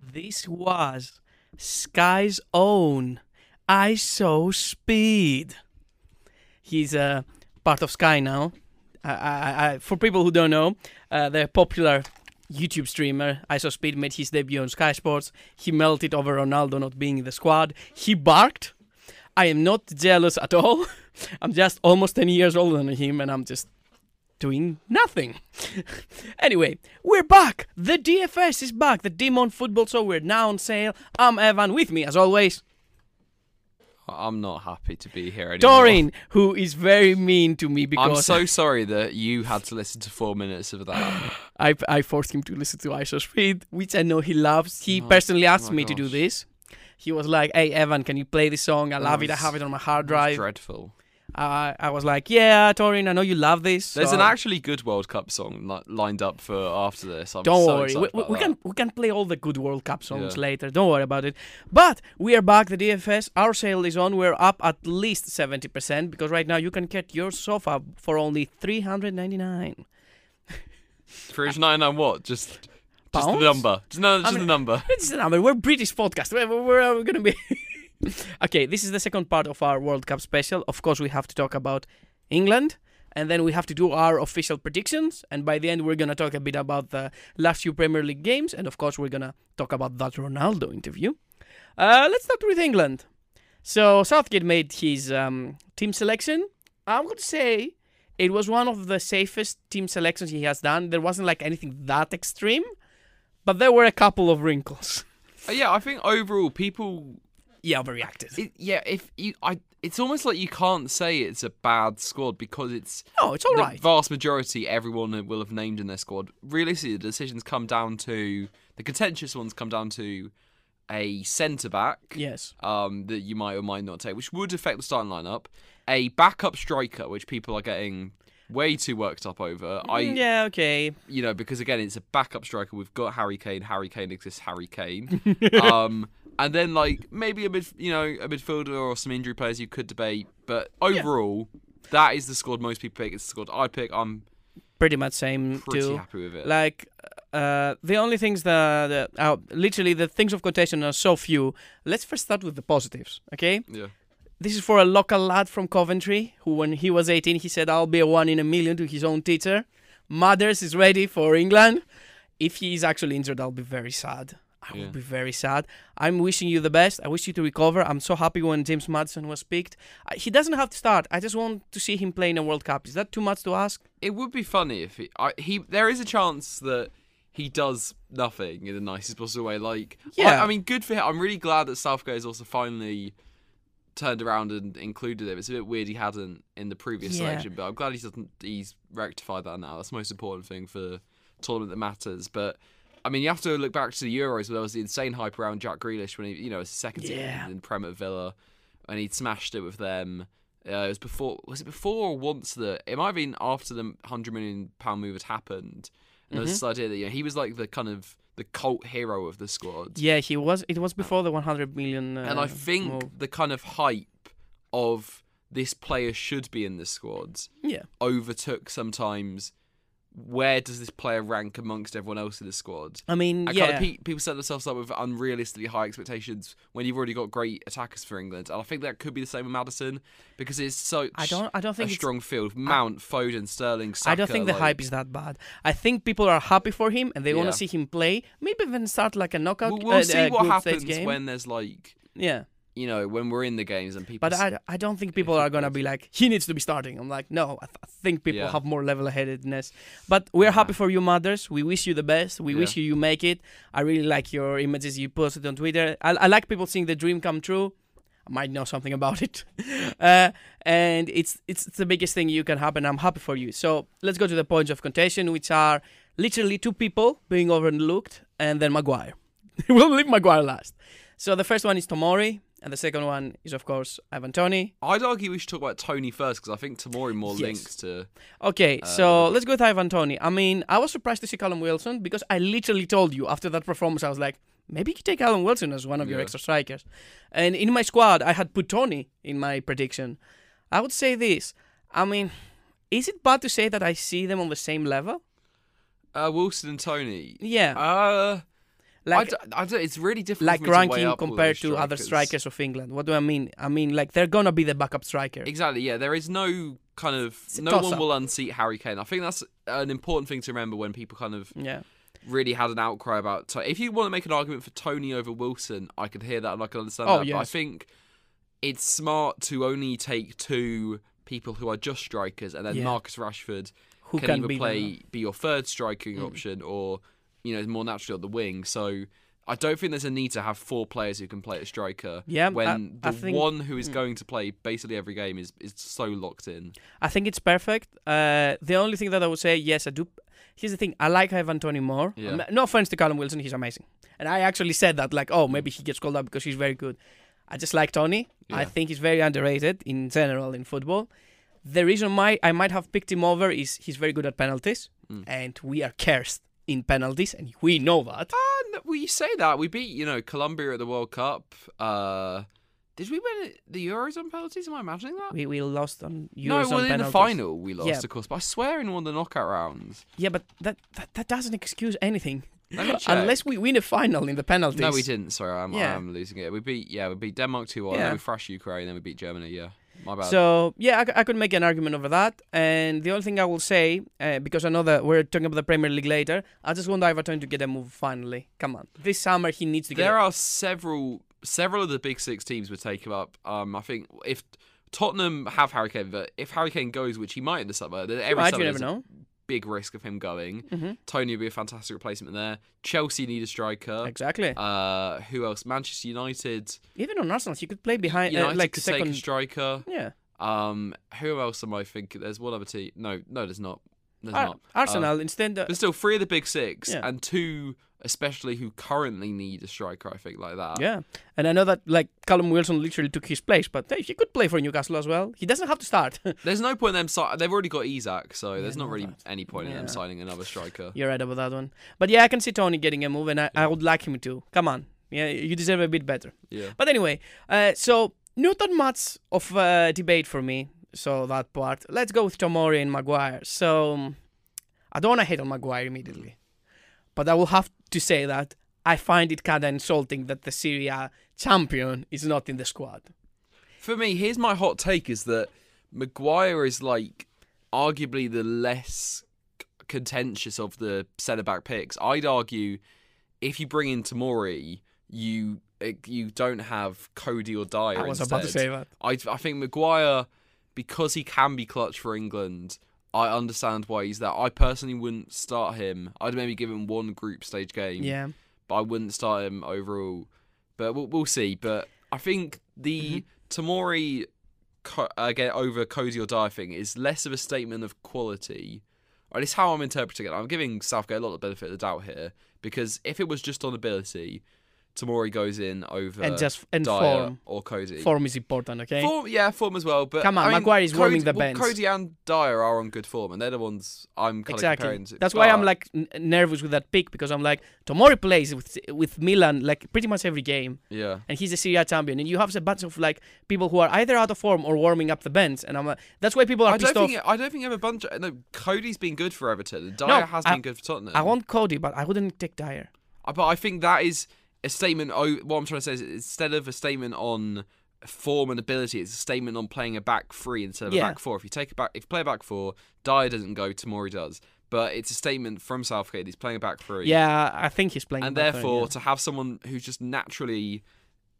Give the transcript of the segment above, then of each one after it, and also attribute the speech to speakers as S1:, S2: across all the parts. S1: This was Sky's own ISO Speed. He's a part of Sky now. I, I, I, for people who don't know, uh, the popular YouTube streamer ISO Speed made his debut on Sky Sports. He melted over Ronaldo not being in the squad. He barked. I am not jealous at all. I'm just almost 10 years older than him and I'm just doing nothing. anyway, we're back. The DFS is back. The Demon Football Show. We're now on sale. I'm Evan with me, as always,
S2: I'm not happy to be here anymore.
S1: Dorin, who is very mean to me
S2: I'm
S1: because
S2: so sorry that you had to listen to four minutes of that.
S1: I, I forced him to listen to ISO Speed, which I know he loves. He personally asked
S2: Oh my
S1: me to do
S2: gosh.
S1: this. He was like, hey, Evan, can you play this song? I love it. I
S2: it's-
S1: have it on my hard
S2: It's
S1: drive.
S2: dreadful.
S1: Uh, I was like, yeah, Torin, I know you love this.
S2: There's an
S1: so-
S2: actually good World Cup song li- lined up for after this. I'm
S1: Don't
S2: so
S1: worry,
S2: excited
S1: we, we,
S2: about
S1: we
S2: that.
S1: can we can play all the good World Cup songs
S2: Yeah.
S1: later. Don't worry about it. But we are back. The DFS, our sale is on. We're up at least seventy percent because right now you can get your sofa for only three hundred ninety nine.
S2: Fridge 99 what? Just, just the
S1: Pounds?
S2: number. Just, no, just
S1: mean-
S2: the number.
S1: This is the number. We're British podcast. Where where- where are we gonna be? okay, this is the second part of our World Cup special. Of course, we have to talk about England. And then we have to do our official predictions. And by the end, we're going to talk a bit about the last few Premier League games. And of course, we're going to talk about that Ronaldo interview. Uh, let's start with England. So, Southgate made his um, team selection. I would say it was one of the safest team selections he has done. There wasn't like anything that extreme, but there were a couple of wrinkles.
S2: Uh, yeah, I think overall people
S1: Yeah, overreacted.
S2: it, yeah, if you I it's almost like you can't say it's a bad squad because it's
S1: No, it's all
S2: the
S1: right.
S2: vast majority everyone will have named in their squad. Realistically, the decisions come down to the contentious ones come down to a centre back
S1: Yes.
S2: um, that you might or might not take, which would affect the starting lineup. A backup striker, which people are getting way too worked up over. I
S1: yeah, okay.
S2: you know because again it's a backup striker. We've got Harry Kane. Harry Kane exists. Harry Kane. um, and then like maybe a mid you know a midfielder or some injury players you could debate, but overall. That is the squad most people pick. It's the squad I pick. I'm
S1: Pretty much same
S2: pretty
S1: too.
S2: happy with it.
S1: Like uh, the only things that, that uh, literally the things of contention are so few. Let's first start with the positives, okay?
S2: yeah.
S1: This is for a local lad from Coventry who, when he was 18, he said, I'll be a one in a million to his own teacher. Mathers is ready for England. If he is actually injured, I'll be very sad. I
S2: Yeah.
S1: will be very sad. I'm wishing you the best. I wish you to recover. I'm so happy when James Madison was picked. Uh, He doesn't have to start. I just want to see him play in a World Cup. Is that too much to ask?
S2: It would be funny if he, I, he. There is a chance that he does nothing in the nicest possible way. Like,
S1: Yeah.
S2: I, I mean, good for him. I'm really glad that Southgate has also finally turned around and included him. It's a bit weird he hadn't in the previous
S1: Yeah.
S2: selection, but I'm glad he doesn't. He's rectified that now. That's the most important thing for the tournament that matters. But. I mean, you have to look back to the Euros where there was the insane hype around Jack Grealish when he, you know, was second
S1: Yeah.
S2: in Prem at Villa, and he'd smashed it with them. Uh, it was before. Was it before or once that it might have been after the hundred million pound move had happened? And there was
S1: Mm-hmm.
S2: this idea that you know, he was like the kind of the cult hero of the squad.
S1: Yeah, he was. It was before the 100 million. Uh,
S2: and I think
S1: move.
S2: the kind of hype of this player should be in the squad
S1: Yeah.
S2: overtook sometimes. Where does this player rank amongst everyone else in the squad?
S1: I mean,
S2: And
S1: yeah.
S2: kind of pe- people set themselves up with unrealistically high expectations when you've already got great attackers for England. And I think that could be the same with Madison because it's so
S1: I don't. I don't think
S2: a
S1: it's
S2: strong field. Mount, Foden, Sterling, Saka,
S1: I don't think the
S2: like-
S1: hype is that bad. I think people are happy for him and they want
S2: Yeah.
S1: to see him play. Maybe even start like a knockout.
S2: We'll, we'll
S1: uh,
S2: see
S1: uh,
S2: what
S1: group stage
S2: happens
S1: game.
S2: when there's like
S1: Yeah,
S2: you know when we're in the games and people.
S1: but
S2: s-
S1: I, I don't think people
S2: he
S1: are gonna
S2: plays.
S1: be like he needs to be starting. I'm like no, I, th- I think people
S2: Yeah.
S1: have more level-headedness. But we're happy for you, mothers. We wish you the best. We
S2: Yeah.
S1: wish you you make it. I really like your images you posted on Twitter. I, I like people seeing the dream come true. I might know something about it, uh, and it's it's the biggest thing you can happen. I'm happy for you. So let's go to the points of contention, which are literally two people being overlooked, and then Maguire. we'll leave Maguire last. So the first one is Tomori, and the second one is of course Ivan Tony.
S2: I'd argue we should talk about Tony first because I think Tomori more
S1: Yes.
S2: links to. Uh,
S1: Okay, so let's go with Ivan Tony. I mean, I was surprised to see Callum Wilson because I literally told you after that performance, I was like, maybe you could take Callum Wilson as one of your
S2: Yeah.
S1: extra strikers. And in my squad, I had put Tony in my prediction. I would say this. I mean, is it bad to say that I see them on the same level?
S2: Uh, Wilson and Tony.
S1: Yeah.
S2: Uh, I
S1: Like
S2: d- I d- it's really difficult.
S1: like
S2: for me to weigh
S1: ranking
S2: up all
S1: compared
S2: those
S1: to other strikers of England. What do I mean? I mean like they're gonna be the backup striker.
S2: Exactly. Yeah, there is no kind of
S1: a
S2: no one
S1: toss-up.
S2: will unseat Harry Kane. I think that's an important thing to remember when people kind of
S1: yeah.
S2: really had an outcry about. To- if you want to make an argument for Tony over Wilson, I could hear that and I could understand
S1: Oh,
S2: that. But I
S1: yes.
S2: think it's smart to only take two people who are just strikers, and then
S1: Yeah.
S2: Marcus Rashford
S1: Who
S2: can,
S1: can
S2: either
S1: be Mm. the-
S2: play be your third striking option or you know more naturally on the wing. So. I don't think there's a need to have four players who can play a striker.
S1: Yeah,
S2: when
S1: I- I
S2: the
S1: think- mm.
S2: one who is going to play basically every game is is so locked in.
S1: I think it's perfect. Uh, the only thing that I would say, yes, I do. Here's the thing: I like Ivan Tony more.
S2: Yeah.
S1: Um, No offense to Callum Wilson, he's amazing, and I actually said that, like, oh, maybe he gets called up because he's very good. I just like Tony. I
S2: Mm. Yeah.
S1: think he's very underrated in general in football. The reason why I might have picked him over is he's very good at penalties,
S2: Mm.
S1: and we are cursed in penalties, and we know that.
S2: And well, you say that we beat you know Colombia at the World Cup. Uh, did we win it- the Euros on penalties? Am I imagining that?
S1: We, we lost on Euros
S2: no,
S1: on
S2: well in the
S1: penalties.
S2: final we lost,
S1: Yeah.
S2: of course. But I swear in one of the knockout rounds.
S1: Yeah, but that, that, that doesn't excuse anything.
S2: Let me check.
S1: Unless we win a final in the penalties.
S2: no, we didn't. Sorry, I'm,
S1: Yeah.
S2: I'm losing it. We beat yeah, we beat Denmark two one.
S1: Yeah.
S2: Then we thrashed Ukraine. Then we beat Germany. Yeah, my bad.
S1: So yeah, I, c- I could make an argument over that. And the only thing I will say, uh, because I know that we're talking about the Premier League later, I just want Everton to get a move finally. Come on, this summer he needs to get.
S2: there
S1: a-
S2: are several several of the big six teams would take him up. Um, I think if Tottenham have Harry Kane, but if Harry Kane goes, which he might in the summer, then every
S1: Right,
S2: summer
S1: you never
S2: there's a
S1: know. Mm-hmm.
S2: big risk of him going. Tony would be a fantastic replacement there. Chelsea need a striker.
S1: Exactly.
S2: Uh, who else? Manchester United.
S1: Even on Arsenal, he could play behind, uh,
S2: United
S1: like
S2: could
S1: second.
S2: take a striker.
S1: yeah,
S2: Um, who else am I thinking? There's one other team. No, no, there's not. There's
S1: Ar-
S2: not.
S1: Arsenal instead. Uh,
S2: There's still three of the big six,
S1: Yeah.
S2: and two especially who currently need a striker. I think like that.
S1: yeah, and I know that like Callum Wilson literally took his place, but hey, he could play for Newcastle as well. He doesn't have to start.
S2: There's no point in them. Si- they've already got Isaac, so there's not
S1: no,
S2: really
S1: that-
S2: any point in
S1: yeah.
S2: them signing another striker.
S1: You're right about that one. But yeah, I can see Tony getting a move, and I, I would like him to. Come on, yeah, you deserve a bit better.
S2: Yeah.
S1: But anyway, uh, so not much of uh, debate for me. So that part. Let's go with Tomori and Maguire. So um, I don't want to hate on Maguire immediately, but I will have to say that I find it kind of insulting that the Syria champion is not in the squad.
S2: For me, here's my hot take: is that Maguire is like arguably the less c- contentious of the centre back picks. I'd argue if you bring in Tamori, you eh, you don't have Cody or Dyer.
S1: I was about to
S2: instead.
S1: say that.
S2: I I think Maguire, because he can be clutch for England, I understand why he's there. I personally wouldn't start him. I'd maybe give him one group stage game
S1: Yeah.
S2: but I wouldn't start him overall. But we'll, we'll see. But I think
S1: Mm-hmm.
S2: the Tamori co- uh, get over Cody or die thing is less of a statement of quality. Or at least how I'm interpreting it. I'm giving Southgate a lot of benefit of the doubt here because if it was just on ability, Tamori goes in over
S1: And just and
S2: Dyer
S1: form.
S2: or Cody.
S1: Form is important, okay?
S2: Mm. Form, yeah, form as well. But
S1: Come on,
S2: I mean,
S1: Maguire is
S2: Cody-
S1: warming the
S2: well,
S1: bench.
S2: Cody and Dyer are on good form, and they're the ones I'm kind of
S1: Exactly.
S2: comparing to.
S1: That's why I'm
S2: but-
S1: like n- nervous with that pick because I'm like Tomori plays with with Milan like pretty much every game.
S2: yeah.
S1: and he's a Syria champion. And you have a bunch of like people who are either out of form or warming up the bench. And I'm like, that's why people are
S2: I
S1: pissed
S2: don't
S1: off.
S2: think I don't think you have a bunch. Of, no, Cody's been good for Everton. and Dyer
S1: No,
S2: has
S1: I-
S2: been good for Tottenham.
S1: I want Cody, but I wouldn't take Dyer.
S2: Uh, but I think that is a statement. Oh, what I'm trying to say is instead of a statement on form and ability, it's a statement on playing a back three instead of
S1: Yeah.
S2: a back four. If you take a back, if you play a back four, Dyer doesn't go. Tamori does. But it's a statement from Southgate. He's playing a back three.
S1: Yeah, I think he's playing.
S2: and
S1: back there,
S2: therefore
S1: yeah.
S2: to have someone who's just naturally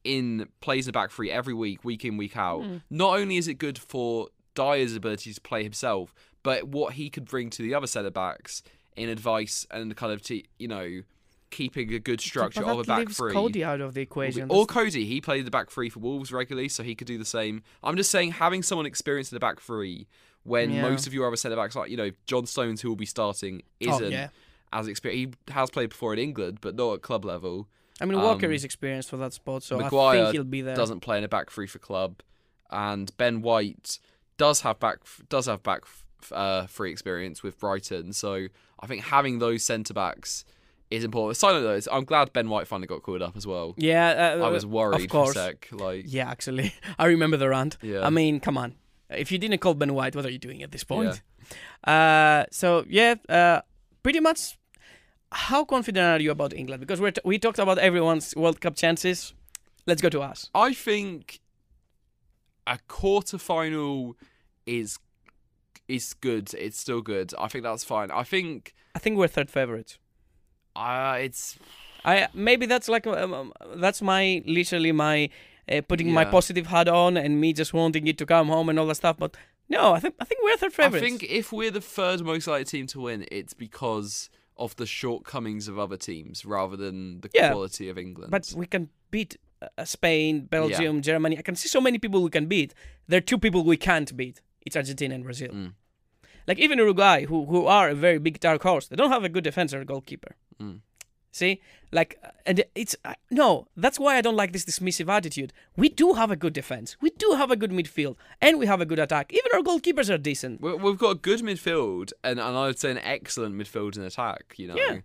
S2: in plays the back three every week, week in, week out.
S1: Hmm.
S2: Not only is it good for Dyer's ability to play himself, but what he could bring to the other centre backs in advice and kind of t- you know keeping a good structure
S1: but
S2: of a
S1: that
S2: back
S1: leaves
S2: three.
S1: Cody out of the equation.
S2: Or Cody, he played the back three for Wolves regularly, so he could do the same. I'm just saying, having someone experienced in the back three when
S1: Yeah.
S2: most of your other centre backs, like you know John Stones, who will be starting, isn't
S1: Oh, yeah.
S2: as experienced. He has played before in England, but not at club level.
S1: I mean, Walker
S2: um,
S1: is experienced for that spot, so I
S2: Maguire
S1: think he'll be there.
S2: Doesn't play in a back three for club, and Ben White does have back does have back uh, free experience with Brighton. So I think having those centre backs is important. Side note though, is I'm glad Ben White finally got called up as well.
S1: Yeah, uh,
S2: I was
S1: Of
S2: worried for a
S1: course.
S2: sec. Like
S1: Yeah, actually, I remember the rant.
S2: Yeah.
S1: I mean, come on. If you didn't call Ben White, what are you doing at this point?
S2: Yeah.
S1: Uh, so yeah, uh, pretty much. how confident are you about England? Because we we talked about everyone's World Cup chances. Let's go to us.
S2: I think a quarter final is is good. It's still good. I think that's fine. I think
S1: I think we're third favorites.
S2: uh, it's
S1: I maybe that's like um, um, that's my literally my uh, putting my
S2: Yeah.
S1: positive hat on and me just wanting it to come home and all that stuff. But no, I think I think we're third favorites.
S2: I think if we're the third most likely team to win, it's because of the shortcomings of other teams rather than the
S1: Yeah.
S2: quality of England.
S1: but we can beat uh, Spain, Belgium, Germany. I can see so many people we can beat. There are two people we can't beat. It's Argentina and Brazil.
S2: Mm.
S1: Like even Uruguay, who who are a very big dark horse, they don't have a good defense or goalkeeper.
S2: Mm.
S1: See, like, uh, and it's uh, no. That's why I don't like this dismissive attitude. We do have a good defense. We do have a good midfield, and we have a good attack. Even our goalkeepers are decent.
S2: We- We've got a good midfield, and, and I'd say an excellent midfield and attack. You know,
S1: Yeah.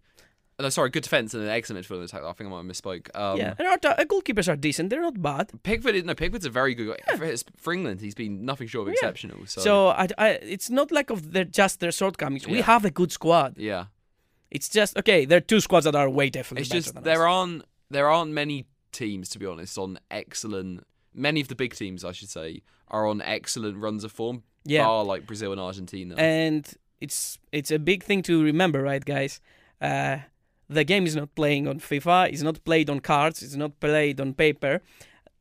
S2: no, sorry, good defense and an excellent midfield and attack. I think I might have misspoke. Um,
S1: yeah, and our, ta- our goalkeepers are decent. They're not bad.
S2: Pickford, is- no, Pickford's a very good guy. For, his- for England, he's been nothing short of exceptional. So,
S1: So I, I, it's not like of their just their shortcomings. We
S2: Yeah.
S1: have a good squad.
S2: yeah,
S1: It's just okay. There are two squads that are way definitely.
S2: it's
S1: better
S2: just
S1: than
S2: there
S1: us.
S2: aren't there aren't many teams to be honest on excellent. Many of the big teams, I should say, are on excellent runs of form.
S1: Yeah. Eh.
S2: bar like Brazil and Argentina.
S1: and it's it's a big thing to remember, right, guys? Uh, the game is not playing on FIFA. It's not played on cards. It's not played on paper.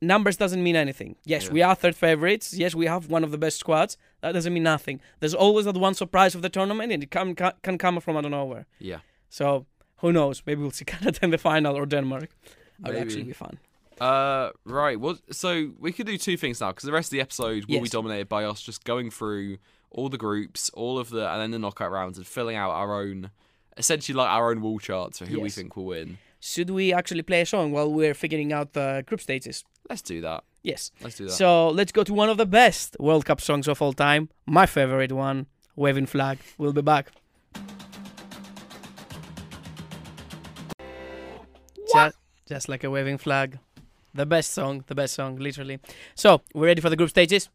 S1: Numbers doesn't mean anything. Yes,
S2: Yeah.
S1: we are third favorites. Yes, we have one of the best squads. That doesn't mean nothing. There's always that one surprise of the tournament, and it can can, can come from out of nowhere.
S2: yeah,
S1: So who knows? Maybe we'll see Canada in the final or Denmark. That would
S2: Maybe.
S1: actually be fun.
S2: Uh, right. Well, so we could do two things now because the rest of the episode will be
S1: Yes.
S2: dominated by us just going through all the groups, all of the, and then the knockout rounds and filling out our own, essentially like our own wall charts for who we
S1: Yes.
S2: think will win.
S1: Should we actually play a song while we're figuring out the group stages?
S2: Let's do that.
S1: Yes.
S2: Let's do that.
S1: So let's go to one of the best World Cup songs of all time. My favorite one, Waving Flag. We'll be back. Just, just like a waving flag. The best song, the best song, literally. So, we're ready for the group stages?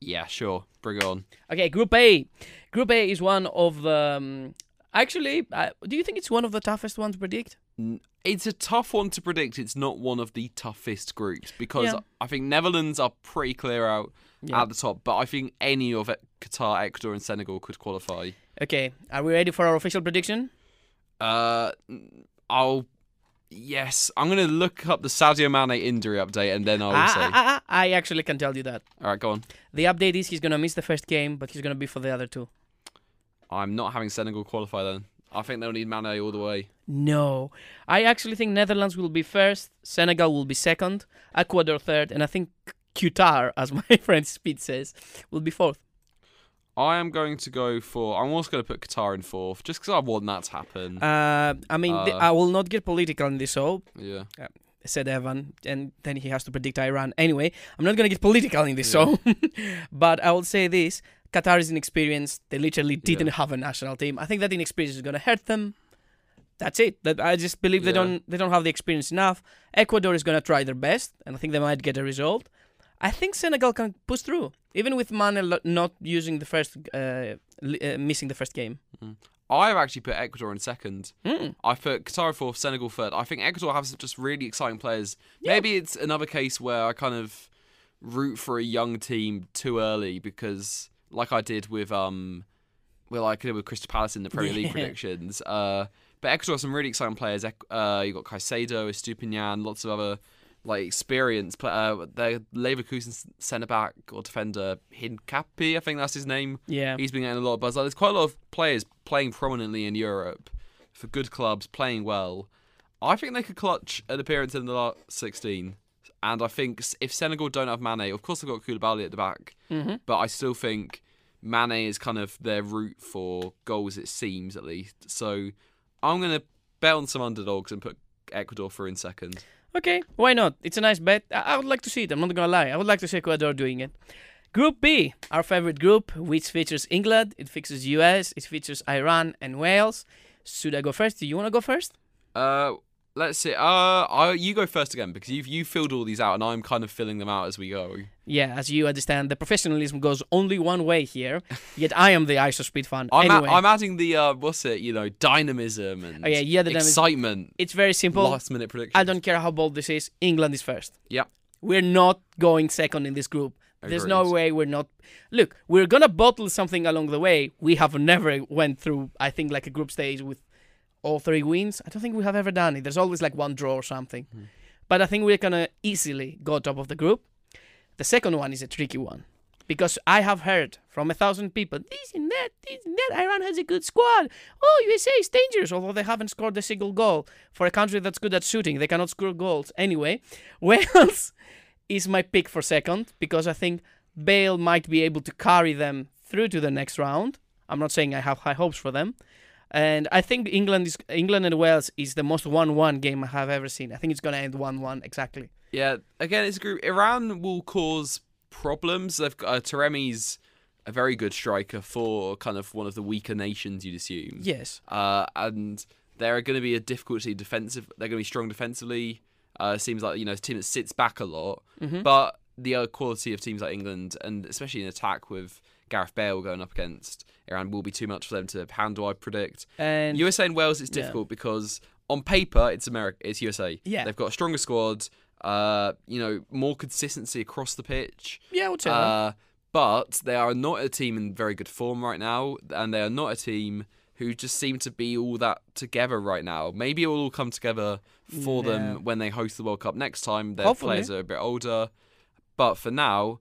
S2: yeah, sure. Bring it on.
S1: Okay, Group A. Group A is one of the. Um, actually, uh, do you think it's one of the toughest ones to predict?
S2: N- It's a tough one to predict. It's not one of the toughest groups because
S1: Yeah.
S2: I think Netherlands are pretty clear out
S1: Yeah.
S2: at the top, but I think any of it, Qatar, Ecuador, and Senegal could qualify.
S1: Okay, are we ready for our official prediction?
S2: Uh, I'll. Yes, I'm gonna look up the Sadio Mane injury update and then I will
S1: Ah, ah,
S2: say.
S1: ah, ah, I actually can tell you that.
S2: All right, go on.
S1: The update is he's gonna miss the first game, but he's gonna be for the other two.
S2: I'm not having Senegal qualify then. I think they'll need Mane all the way.
S1: No, I actually think Netherlands will be first, Senegal will be second, Ecuador third, and I think Qatar, as my friend Speed says, will be fourth.
S2: I am going to go for. I'm also going to put Qatar in fourth, just because I want that to happen.
S1: Uh, I mean, th-
S2: Hmm. Uh.
S1: I will not get political in this show,
S2: yeah.
S1: said Evan, and then he has to predict Iran. Anyway, I'm not gonna get political in this show, but I will say this: Qatar is inexperienced. They literally didn't have a national team. I think that inexperience is gonna hurt them. That's it. That I just believe they
S2: Yeah.
S1: don't they don't have the experience enough. Ecuador is gonna try their best, and I think they might get a result. I think Senegal can push through, even with Mane lo- not using the first, uh, li- uh, missing the first game.
S2: I've actually put Ecuador in second.
S1: Mm.
S2: I put Qatar fourth, Senegal third. I think Ecuador have some just really exciting players. Maybe it's another case where I kind of root for a young team too early because, like I did with um, well, like I did with Crystal Palace in the Premier League
S1: Yeah.
S2: predictions. Uh, but Ecuador have some really exciting players. Ec- Uh, you got Caicedo, Estupinian, lots of other like experienced. Play- uh, their Leverkusen centre back or defender Hincapi, I think that's his name
S1: Yeah,
S2: he's been getting a lot of buzz. Like, there's quite a lot of players playing prominently in Europe for good clubs, playing well. I think they could clutch an appearance in the last 16. And I think s- if Senegal don't have Mane, of course they've got Koulibaly at the back, but I still think Mane is kind of their route for goals, it seems at least. So I'm going to bet on some underdogs and put Ecuador for in second.
S1: Okay, why not? It's a nice bet. I, I would like to see it. I'm not gonna lie. I would like to see Ecuador doing it. Group B, our favorite group, which features England, it features US, it features Iran and Wales. Should I go first? Do you wanna go first?
S2: Uh, Let's see. Uh, I, you go first again because you've you filled all these out, and I'm kind of filling them out as we go.
S1: Yeah, as you understand, the professionalism goes only one way here. Yet I am the ISO speed fan.
S2: I'm, a-
S1: anyway,
S2: I'm adding the uh, what's it? You know, dynamism and
S1: Oh, yeah, yeah, the dynamis-
S2: excitement.
S1: it's very simple.
S2: Last minute prediction.
S1: I don't care how bold this is. England is first.
S2: Yeah.
S1: We're not going second in this group. There's no
S2: Agreed.
S1: way we're not. Look, we're gonna bottle something along the way. We have never went through. I think like a group stage with all three wins. I don't think we have ever done it. There's always like one draw or something. But I think we're gonna easily go top of the group. The second one is a tricky one because I have heard from a thousand people this and that, this and that. Iran has a good squad. Oh, USA is dangerous, although they haven't scored a single goal for a country that's good at shooting. They cannot score goals anyway. Wales is my pick for second because I think Bale might be able to carry them through to the next round. I'm not saying I have high hopes for them. And I think England is England and Wales is the most one-one game I have ever seen. I think it's gonna end one-one exactly.
S2: Yeah, again, it's a group. Iran will cause problems. They've got uh, Taremi's a very good striker for kind of one of the weaker nations, you'd assume.
S1: Yes.
S2: Uh, and they're going to be a difficulty defensive. They're going to be strong defensively. Uh, seems like you know it's a team that sits back a lot,
S1: Mm-hmm.
S2: but the uh, quality of teams like England and especially in attack with Gareth Bale going up against Iran will be too much for them to handle. I predict.
S1: And
S2: USA and Wales it's difficult because on paper it's America it's USA.
S1: Yeah.
S2: They've got a stronger squad, uh, you know, more consistency across the pitch.
S1: yeah, I would say that.
S2: Uh, but they are not a team in very good form right now, and they are not a team who just seem to be all that together right now. Maybe it will all come together for
S1: Yeah.
S2: them when they host the World Cup next time. Their
S1: Hopefully.
S2: players are a bit older. But for now,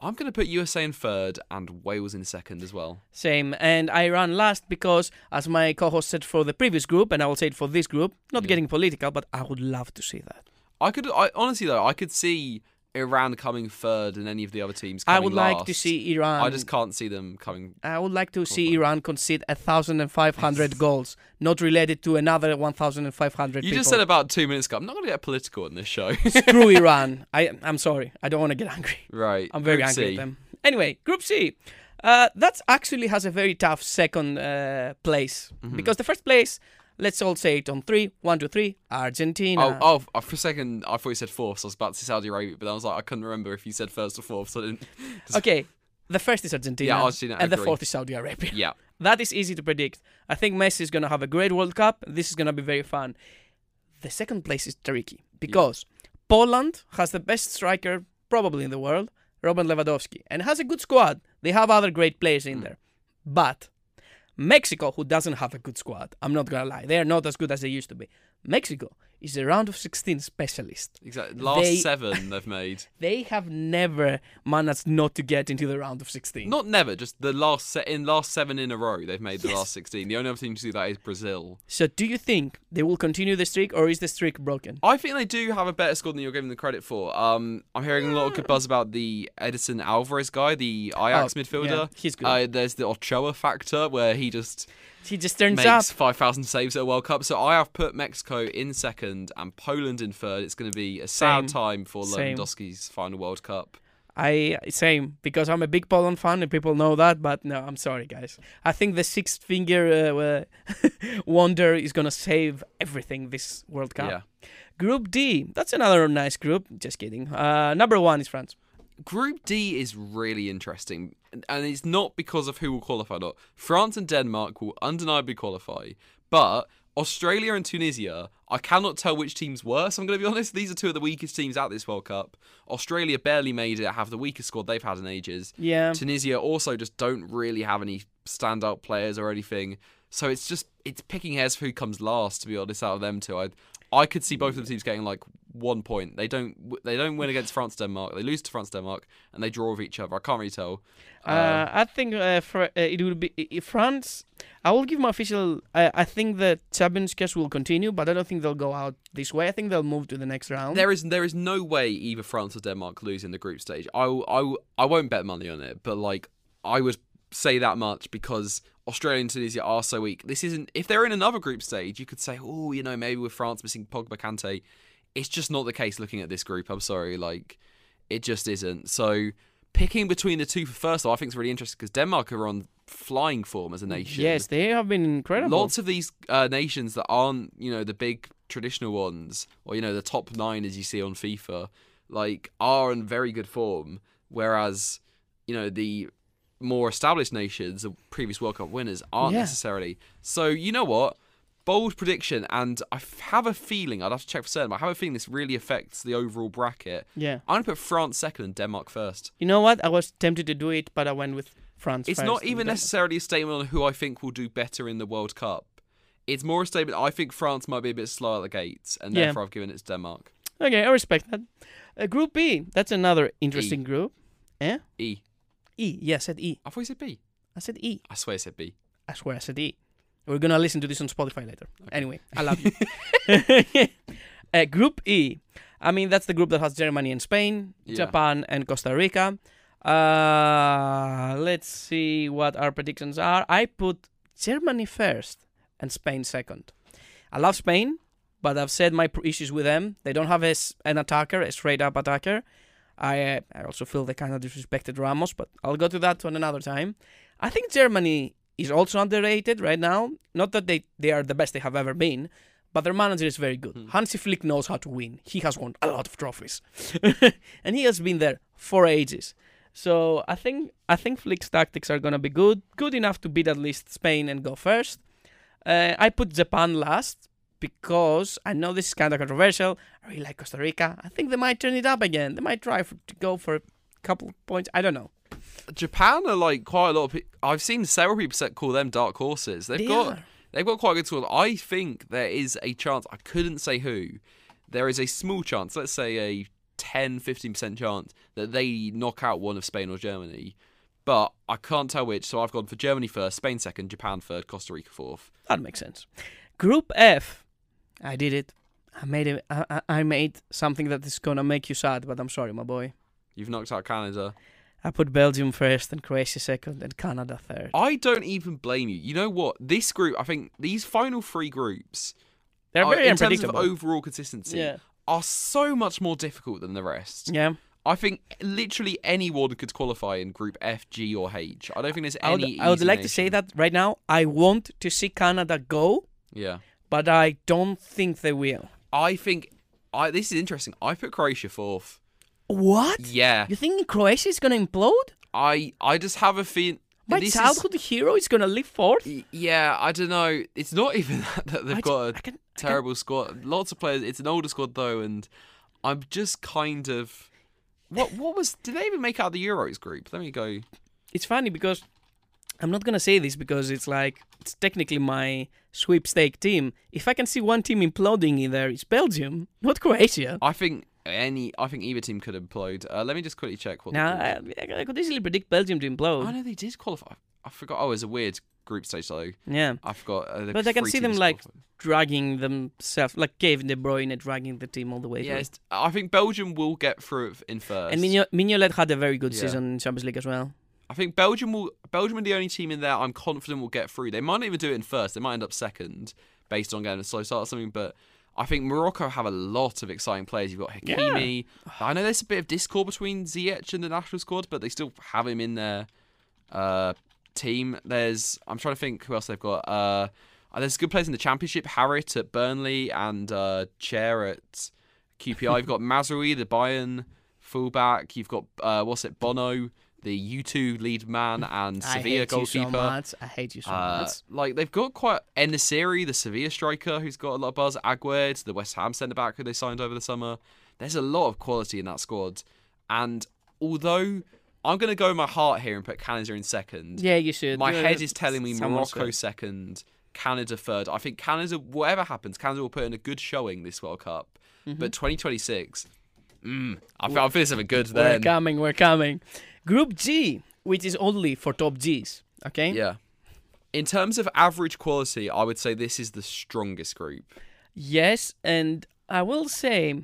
S2: I'm going to put USA in third and Wales in second as well.
S1: Same. And I ran last because, as my co host said for the previous group, and I will say it for this group, not getting political, but I would love to see that.
S2: I could I honestly though I could see Iran coming third and any of the other teams.
S1: I
S2: Coming
S1: would like to
S2: last.
S1: see um, Iran.
S2: I just can't see them coming.
S1: I would like
S2: Oh
S1: to see Iran concede 1,500 goals, not related to another 1,500
S2: You
S1: people.
S2: just said about two minutes ago. I'm not going to get political in this show.
S1: Screw Iran. I, I'm sorry. I don't want to get angry.
S2: right.
S1: I'm very
S2: Group
S1: angry
S2: C.
S1: at them. Anyway, Group C. Uh, that actually has a very tough second uh, place
S2: Mm-hmm.
S1: because the first place, let's all say it on three, one, two, three, Argentina.
S2: Oh, oh, f- for a second, I thought you said fourth, so I was about to say Saudi Arabia, but I was like, I couldn't remember if you said first or fourth, so I didn't.
S1: Okay, the first is Argentina,
S2: oh. Yeah, Argentina,
S1: and the
S2: agree.
S1: fourth is Saudi Arabia.
S2: Yeah.
S1: That is easy to predict. I think Messi is going to have a great World Cup. This is going to be very fun. The second place is tricky because Poland has the best striker probably in the world, Robert Lewandowski, and has a good squad. They have other great players in there. But Mexico, who doesn't have a good squad, I'm not going to lie, they are not as good as they used to be. Mexico is a round of 16 specialist
S2: Exactly. Last
S1: They-
S2: seven they've made.
S1: they have never managed not to get into the round of 16.
S2: Not never, just the last se- in last seven in a row they've made the
S1: Yes.
S2: last sixteen. The only other team to do that is Brazil.
S1: So do you think they will continue the streak or is the streak broken?
S2: I think they do have a better score than you're giving them credit for. Um, I'm hearing a lot of good buzz about the Edison Alvarez guy, the Ajax
S1: Oh,
S2: midfielder.
S1: yeah, he's good.
S2: Uh, there's the Ochoa factor where he just
S1: He just turns up.
S2: makes 5,000 saves at a World Cup. So I have put Mexico in second and Poland in third. It's going to be a sad
S1: Same.
S2: time for
S1: Same.
S2: Lewandowski's final World Cup.
S1: I same because I'm a big Poland fan and people know that, but no, I'm sorry guys. I think the six finger uh, uh, wonder is going to save everything this World Cup.
S2: Yeah.
S1: Group D. That's another nice group. Just kidding. Uh, number 1 is France.
S2: Group D is really interesting, and and it's not because of who will qualify or not. France and Denmark will undeniably qualify, but Australia and Tunisia, I cannot tell which team's worse. I'm going to be honest; these are two of the weakest teams at this World Cup. Australia barely made it, have the weakest squad they've had in ages.
S1: Yeah.
S2: Tunisia also just don't really have any standout players or anything, so it's just it's picking hairs for who comes last. To be honest, out of them two, I I could see both of the teams getting like one point. They don't they don't win against France Denmark. They lose to France Denmark and they draw with each other. I can't really tell.
S1: Uh, I think uh, for, uh, it will be i- i- France. I will give my official. I I think the Champions Cup will continue, but I don't think they'll go out this way. I think they'll move to the next round.
S2: There is there is no way either France or Denmark lose in the group stage. I will- I will- I won't bet money on it, but like I would say that much because Australia and Tunisia are so weak. This isn't if they're in another group stage, you could say, oh, you know, maybe with France missing Pogba, Kante. It's just not the case looking at this group. I'm sorry, like it just isn't. So picking between the two for first, though, I think is really interesting because Denmark are on flying form as a nation.
S1: yes, they have been incredible.
S2: Lots of these uh, nations that aren't, you know, the big traditional ones, or you know the top nine as you see on FIFA, like are in very good form, whereas you know the more established nations, the previous World Cup winners, aren't
S1: Yeah.
S2: necessarily. So you know what? Bold prediction, and I f- have a feeling I'd have to check for certain. But I have a feeling this really affects the overall bracket.
S1: Yeah.
S2: I'm gonna put France second and Denmark first.
S1: You know what? I was tempted to do it, but I went with France.
S2: It's
S1: first
S2: not
S1: and
S2: even
S1: then-
S2: necessarily a statement on who I think will do better in the World Cup. It's more a statement I think France might be a bit slow at the gates, and
S1: Yeah.
S2: therefore I've given it to Denmark.
S1: Okay, I respect that. Uh, group B. That's another interesting group. Eh?
S2: E.
S1: E. Yeah, I said E.
S2: I thought you said B.
S1: I said E.
S2: I swear I said B.
S1: I swear I said E. We're gonna listen to this on Spotify later. Anyway, I love you. uh, group E. I mean, that's the group that has Germany and Spain,
S2: Yeah.
S1: Japan and Costa Rica. Uh, let's see what our predictions are. I put Germany first and Spain second. I love Spain, but I've said my pr- issues with them. They don't have a s an attacker, a straight up attacker. I uh, I also feel they kind of disrespected Ramos, but I'll go to that on another time. I think Germany is also underrated right now. Not that they, they are the best they have ever been, but their manager is very
S2: Hmm.
S1: good. Hansi Flick knows how to win. He has won a lot of trophies, and he has been there for ages. So I think I think Flick's tactics are gonna be good, good enough to beat at least Spain and go first. Uh, I put Japan last because I know this is kind of controversial. I really like Costa Rica. I think they might turn it up again. They might try for, to go for a couple of points. I don't know.
S2: Japan are like quite a lot of. Pe- I've seen several people say- call them dark horses. They've
S1: They
S2: got
S1: are.
S2: they've got quite a good squad. I think there is a chance. I couldn't say who. There is a small chance. Let's say a 10 15 percent chance that they knock out one of Spain or Germany. But I can't tell which, so I've gone for Germany first, Spain second, Japan third, Costa Rica fourth.
S1: That makes sense. Group F. I did it. I made it. I, I- I made something that is gonna make you sad, but I'm sorry, my boy.
S2: You've knocked out Canada.
S1: I put Belgium first, and Croatia second, and Canada third.
S2: I don't even blame you. You know what? This group, I think these final three groups
S1: They're
S2: are-
S1: very
S2: Oh, in terms of
S1: unpredictable.
S2: overall consistency
S1: Yeah.
S2: are so much more difficult than the rest.
S1: yeah,
S2: I think literally anyone could qualify in Group F, G, or H. I don't think there's
S1: I would,
S2: any.
S1: I would
S2: easy
S1: like to say
S2: nation.
S1: that right now. I want to see Canada go,
S2: Yeah,
S1: but I don't think they will.
S2: I think I. This is interesting. I put Croatia fourth.
S1: What?
S2: Yeah,
S1: You think Croatia is gonna implode?
S2: I. I just have a feeling.
S1: My
S2: this is-
S1: childhood hero is gonna live fourth.
S2: y- yeah, I don't know. It's not even that, that they've
S1: I d-
S2: got a
S1: I can- I can-
S2: terrible squad. Lots of players. It's an older squad though, and I'm just kind of. What what was? Did they even make out of the Euros group? Let me go.
S1: it's funny because I'm not gonna say this because it's like it's technically my sweepstake team. If I can see one team imploding in there, it's Belgium, not Croatia.
S2: I think any. I think either team could implode. Uh, let me just quickly check what. the
S1: Now
S2: group-
S1: I, I could easily predict Belgium to
S2: I
S1: implode.
S2: know they did qualify. I forgot. Oh, it was a weird group stage though.
S1: Yeah,
S2: I forgot. Uh, the
S1: but I can
S2: three
S1: see them
S2: teams
S1: like
S2: qualified.
S1: dragging themselves, like Kevin De Bruyne dragging the team all the way
S2: Yeah,
S1: through.
S2: it's- I think Belgium will get through it in first.
S1: And Migno- Mignolet had a very good
S2: Yeah.
S1: season in Champions League as well.
S2: I think Belgium will. Belgium are the only team in there I'm confident will get through. They might not even do it in first. They might end up second based on getting a slow start or something. But I think Morocco have a lot of exciting players. You've got Hakimi. I know there's a bit of discord between Ziyech and the national squad, but they still have him in their uh, team. There's. I'm trying to think who else they've got. Uh, there's good players in the championship. Harrit at Burnley and uh, Chair at QPR. You've got Mazraoui, the Bayern fullback. You've got uh, what's it, Bono, the U2 lead man, and Sevilla
S1: you so
S2: goalkeeper.
S1: much. I hate you so
S2: Uh,
S1: much.
S2: like they've got quite Enesiri, the Sevilla striker, who's got a lot of buzz. Agued, the West Ham centre back, who they signed over the summer. There's a lot of quality in that squad, and although I'm going to go with my heart here and put Canada in second,
S1: Yeah, you should.
S2: my
S1: Yeah,
S2: head is telling me
S1: someone
S2: Morocco
S1: should.
S2: second, Canada third. I think Canada, whatever happens, Canada will put in a good showing this World Cup.
S1: Mm-hmm.
S2: But 2026, mm, I feel, I feel something good
S1: We're
S2: then.
S1: coming. We're coming. Group G, which is only for top Gs. Okay.
S2: Yeah. In terms of average quality, I would say this is the strongest group.
S1: Yes, and I will say,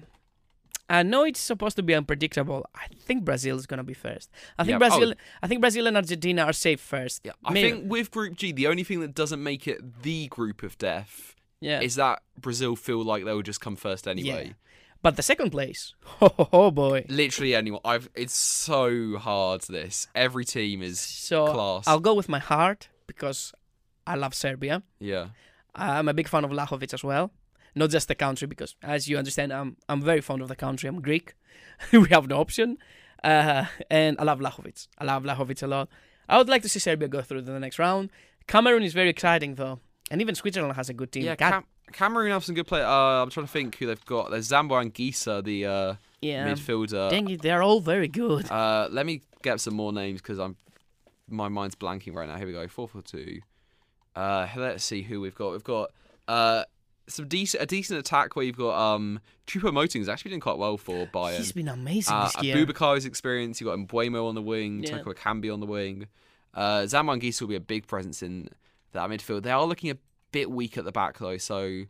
S1: I know it's supposed to be unpredictable. I think Brazil is gonna be first. I think
S2: Yeah, oh.
S1: Brazil. I think Brazil and Argentina are safe first. Yeah,
S2: I think with Group G, the only thing that doesn't make it the group of death
S1: Yeah.
S2: is that Brazil feel like they will just come first anyway.
S1: Yeah. But the second place, ho ho ho, boy.
S2: Literally anyone. I've. It's so hard. This every team is
S1: So
S2: class.
S1: I'll go with my heart because I love Serbia.
S2: yeah.
S1: I'm a big fan of Lahovic as well. not just the country, because as you understand, I'm I'm very fond of the country. I'm Greek. we have no option, uh, and I love Lachovic. I love Lachovic a lot. I would like to see Serbia go through to the next round. Cameroon is very exciting though, and even Switzerland has a good team.
S2: Yeah,
S1: God-
S2: Cam- Cameroon have some good players. Uh, I'm trying to think who they've got. There's Zambo and Gisa, the uh,
S1: yeah.
S2: midfielder.
S1: Dang it, they're all very good.
S2: Uh, let me get some more names because I'm my mind's blanking right now. Here we go. Four for two. Uh, let's see who we've got. We've got uh some decent a decent attack where you've got um Chupo Moting's actually doing quite well for
S1: He's
S2: Bayern.
S1: been amazing
S2: Uh,
S1: this year.
S2: Abubakar is experience. You've got Mbuemo on the wing.
S1: Yeah.
S2: Toko Akambi on the wing. Uh, Zaman Gisa will be a big presence in that midfield. They are looking a bit weak at the back though, so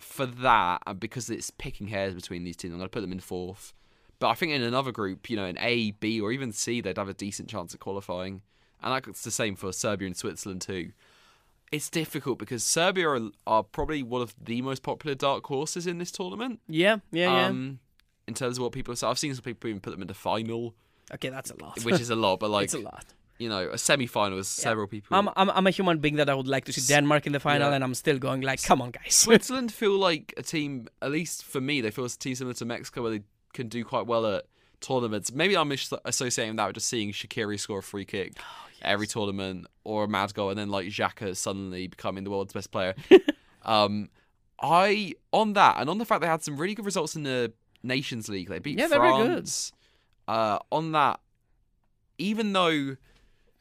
S2: for that and because it's picking hairs between these teams, I'm going to put them in fourth. But I think in another group, you know, an A, B, or even C, they'd have a decent chance of qualifying. And that's the same for Serbia and Switzerland too. It's difficult because Serbia are, are probably one of the most popular dark horses in this tournament.
S1: Yeah, yeah, yeah.
S2: Um, in terms of what people have said, I've seen some people even put them in the final,
S1: okay, that's a lot.
S2: which is a lot. But like,
S1: it's a lot.
S2: you know, a semi-final is several people.
S1: I'm, I'm I'm a human being that I would like to see Denmark in the final,
S2: yeah.
S1: and I'm still going like, come on, guys.
S2: Switzerland feel like a team, at least for me, they feel a team similar to Mexico where they can do quite well at tournaments. Maybe I'm mis- associating that with just seeing Shakiri score a free kick
S1: Oh,
S2: every tournament or a mad goal and then like Xhaka suddenly becoming the world's best player. um, I, on that, and on the fact they had some really good results in the Nations League, they beat
S1: Yeah, they're very good.
S2: France. Uh, on that, even though